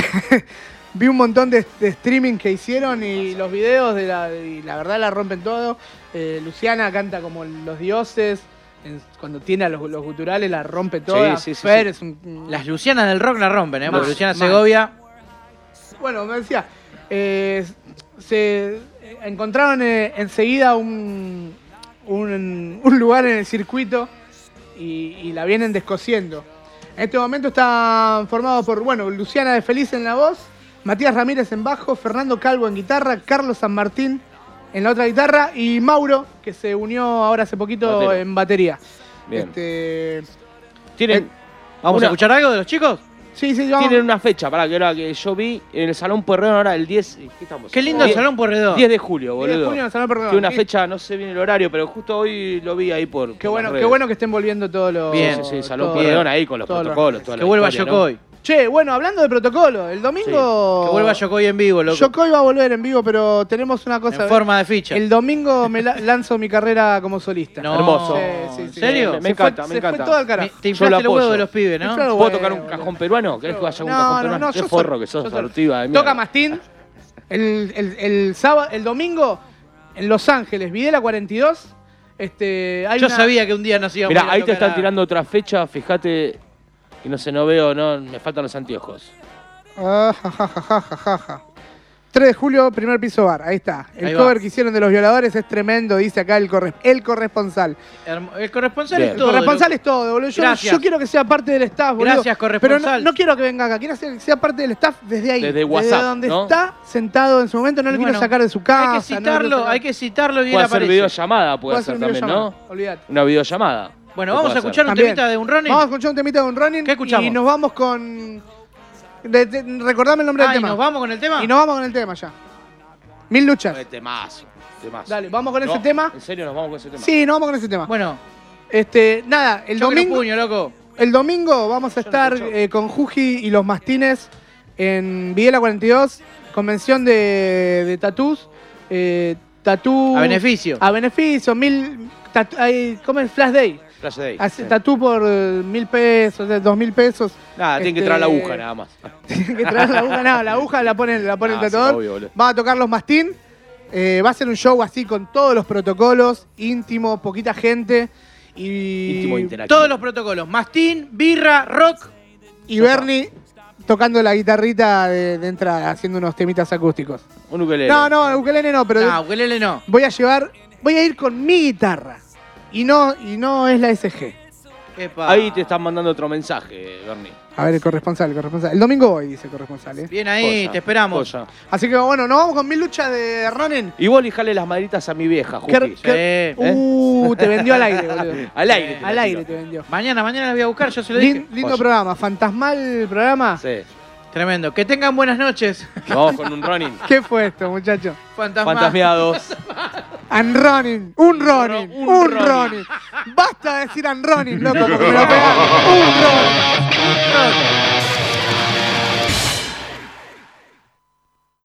Speaker 2: vi un montón de, de streaming que hicieron y los videos de la, y la verdad la rompen todo. Eh, Luciana canta como los dioses. En- cuando tiene a los, los guturales la rompe toda.
Speaker 3: sí, sí,
Speaker 2: Fer
Speaker 3: sí.
Speaker 2: es un-
Speaker 1: Las Lucianas del rock la rompen, ¿eh? Porque
Speaker 2: Mal,
Speaker 1: Luciana
Speaker 2: mal.
Speaker 1: Segovia.
Speaker 2: Ah, Bueno, me decía, eh, se eh, encontraron eh, enseguida un, un, un lugar en el circuito y, y la vienen descosiendo. En este momento están formados por, bueno, Luciana de Feliz en la voz, Matías Ramírez en bajo, Fernando Calvo en guitarra, Carlos San Martín en la otra guitarra y Mauro, que se unió ahora hace poquito
Speaker 3: Batero.
Speaker 2: en batería.
Speaker 3: Bien.
Speaker 2: Este,
Speaker 3: Tienen,
Speaker 2: eh,
Speaker 1: ¿Vamos
Speaker 3: una-
Speaker 1: a escuchar algo de los chicos?
Speaker 2: sí, sí, vamos.
Speaker 3: tienen una fecha, para que ahora que yo vi en el Salón Puerreón ahora el 10. ¿qué estamos?
Speaker 1: Qué lindo el
Speaker 3: Die-
Speaker 1: Salón Porredor.
Speaker 3: 10 de julio,
Speaker 2: 10 de
Speaker 3: boludo.
Speaker 2: junio en el Salón Perdón.
Speaker 3: Tiene una
Speaker 2: Sí,
Speaker 3: fecha, no sé bien el horario, pero justo hoy lo vi ahí por.
Speaker 2: Qué bueno, qué bueno que estén volviendo todos los.
Speaker 1: Bien.
Speaker 3: Sí, eh. sí, Salón
Speaker 2: todos-
Speaker 3: Puerreón ahí con los
Speaker 2: todos los-
Speaker 3: protocolos. toda
Speaker 1: Que
Speaker 3: la
Speaker 1: vuelva
Speaker 3: historia,
Speaker 1: Yokoi.
Speaker 2: Che, bueno, hablando de protocolo, el domingo.
Speaker 1: Que vuelva Yokoi en vivo, loco.
Speaker 2: Yokoi va a volver en vivo, pero tenemos una cosa. eh,
Speaker 1: en forma de ficha.
Speaker 2: El domingo me la- lanzo mi carrera como solista.
Speaker 1: No,
Speaker 3: Hermoso.
Speaker 2: Sí, sí, sí.
Speaker 1: ¿En serio?
Speaker 3: Me
Speaker 2: Se fue-
Speaker 3: encanta, me
Speaker 2: se
Speaker 3: encanta.
Speaker 2: Fue todo al
Speaker 1: Me-
Speaker 2: carajo.
Speaker 1: Te
Speaker 3: Yo lo
Speaker 1: inflaste los huevos
Speaker 3: ano.
Speaker 1: de los pibes, ¿no?
Speaker 2: Inflalo-
Speaker 3: ¿no? ¿Puedo tocar un
Speaker 2: Bueno,
Speaker 3: cajón peruano? ¿Querés que vaya a un
Speaker 2: No,
Speaker 3: cajón
Speaker 2: no,
Speaker 3: peruano?
Speaker 2: no,
Speaker 3: Qué
Speaker 2: yo soy-
Speaker 3: forro que sos,
Speaker 2: yo soy-
Speaker 3: sortiva de mierda.
Speaker 2: Toca Mastín. El, el, el, sábado, el domingo en Los Ángeles, Videla 42. Este, hay
Speaker 1: Yo
Speaker 2: una-
Speaker 1: sabía que un día nos íbamos
Speaker 3: Mirá,
Speaker 1: a
Speaker 3: ahí
Speaker 1: ir a
Speaker 3: te
Speaker 1: tocar
Speaker 3: están
Speaker 1: a-
Speaker 3: tirando otra fecha, fíjate. Y no sé, no veo, no, me faltan los anteojos.
Speaker 2: Ah, ja, ja, ja, ja, ja, ja. 3 de julio, primer piso bar, ahí está. El
Speaker 1: Ahí va.
Speaker 2: cover que hicieron de los violadores es tremendo, dice acá el, corres- el corresponsal.
Speaker 1: Hermo- El corresponsal
Speaker 3: Bien.
Speaker 1: es
Speaker 2: El
Speaker 1: todo.
Speaker 2: corresponsal
Speaker 1: loco.
Speaker 2: es todo, boludo. Yo,
Speaker 1: Gracias.
Speaker 2: yo quiero que sea parte del staff, boludo.
Speaker 1: Gracias, corresponsal.
Speaker 2: Pero no, no quiero que venga acá, quiero hacer que sea parte del staff desde ahí.
Speaker 3: Desde WhatsApp,
Speaker 2: donde
Speaker 3: ¿no?
Speaker 2: está sentado en su momento, no lo
Speaker 1: Bueno,
Speaker 2: quiero sacar de su casa.
Speaker 1: Hay que citarlo, hay que citarlo y él
Speaker 3: Puede hacer
Speaker 1: aparece.
Speaker 3: videollamada, puede hacer también, ¿no? Una videollamada.
Speaker 1: Bueno,
Speaker 3: Se
Speaker 1: vamos a
Speaker 3: puede
Speaker 1: escuchar
Speaker 3: hacer.
Speaker 1: un
Speaker 2: También.
Speaker 1: temita de un Ronin.
Speaker 2: Vamos a escuchar un temita de un Ronin.
Speaker 1: ¿Qué escuchamos?
Speaker 2: Y nos vamos con. de- de- recordame el nombre
Speaker 1: Ah,
Speaker 2: del
Speaker 1: ¿y
Speaker 2: tema.
Speaker 1: nos vamos con el tema?
Speaker 2: Y nos vamos con el tema ya. Mil luchas.
Speaker 3: Eh, Temazo, temazo.
Speaker 2: Dale, vamos con
Speaker 3: No,
Speaker 2: ese tema.
Speaker 3: ¿En serio nos vamos con ese tema?
Speaker 2: Sí, nos vamos con ese tema.
Speaker 1: Bueno,
Speaker 2: Este, nada, el
Speaker 1: el
Speaker 2: domingo,
Speaker 1: domingo. puño, loco.
Speaker 2: el domingo vamos a estar eh, con Juji y los Mastines en Videla 42, convención de, de tatús. eh, tatú.
Speaker 1: A beneficio.
Speaker 2: A beneficio, mil. tatu- hay- ¿Cómo es? Flash Day.
Speaker 3: Playa de ahí.
Speaker 2: Hace
Speaker 3: Sí.
Speaker 2: Tatú por eh, mil pesos, de dos mil pesos.
Speaker 3: Nada, tienen que
Speaker 2: este,
Speaker 3: traer la aguja nada más.
Speaker 2: Tienen que traer la aguja, no, la aguja la pone, la pone
Speaker 3: Ah,
Speaker 2: el
Speaker 3: sí,
Speaker 2: tatuador.
Speaker 3: obvio, boludo.
Speaker 2: Van a tocar los Mastín. eh, va a ser un show así con todos los protocolos, íntimo, poquita gente. Y,
Speaker 3: Íntimo interactivo.
Speaker 1: Todos los protocolos. Mastín, birra, rock.
Speaker 2: y Bernie tocando la guitarrita de, de entrada, haciendo unos temitas acústicos.
Speaker 3: Un ukelele.
Speaker 2: No, no, ukelele no, pero
Speaker 1: No, ukelele no.
Speaker 2: voy a llevar, voy a ir con mi guitarra. Y no, y no es la SG.
Speaker 1: Epa.
Speaker 3: Ahí te están mandando otro mensaje, Bernie.
Speaker 2: A ver, el corresponsal, el corresponsal. El domingo voy, dice el corresponsal. ¿eh?
Speaker 1: Bien ahí,
Speaker 3: Joya,
Speaker 1: te esperamos.
Speaker 3: joya.
Speaker 2: Así que bueno, nos vamos con mi lucha de Ronin.
Speaker 3: Y vos lijale las madritas a mi vieja,
Speaker 2: ¿Qué-
Speaker 3: Juki.
Speaker 2: qué-
Speaker 1: Eh,
Speaker 2: Uh, te vendió al aire, boludo.
Speaker 3: Al aire. te la
Speaker 2: Al aire
Speaker 3: tiro.
Speaker 2: te vendió.
Speaker 1: Mañana, mañana la voy a buscar, yo se lo
Speaker 2: Lin-
Speaker 1: dije.
Speaker 2: lindo
Speaker 3: Joya.
Speaker 2: programa, fantasmal programa.
Speaker 3: Sí.
Speaker 1: Tremendo. Que tengan buenas noches.
Speaker 3: Vamos con un running.
Speaker 2: ¿Qué fue esto, muchachos?
Speaker 1: Fantasma.
Speaker 3: Fantasmeados.
Speaker 2: And running, un running,
Speaker 3: ro- un
Speaker 2: un
Speaker 3: running.
Speaker 2: running. Basta de decir and running, loco, porque me lo pegaron. Un running.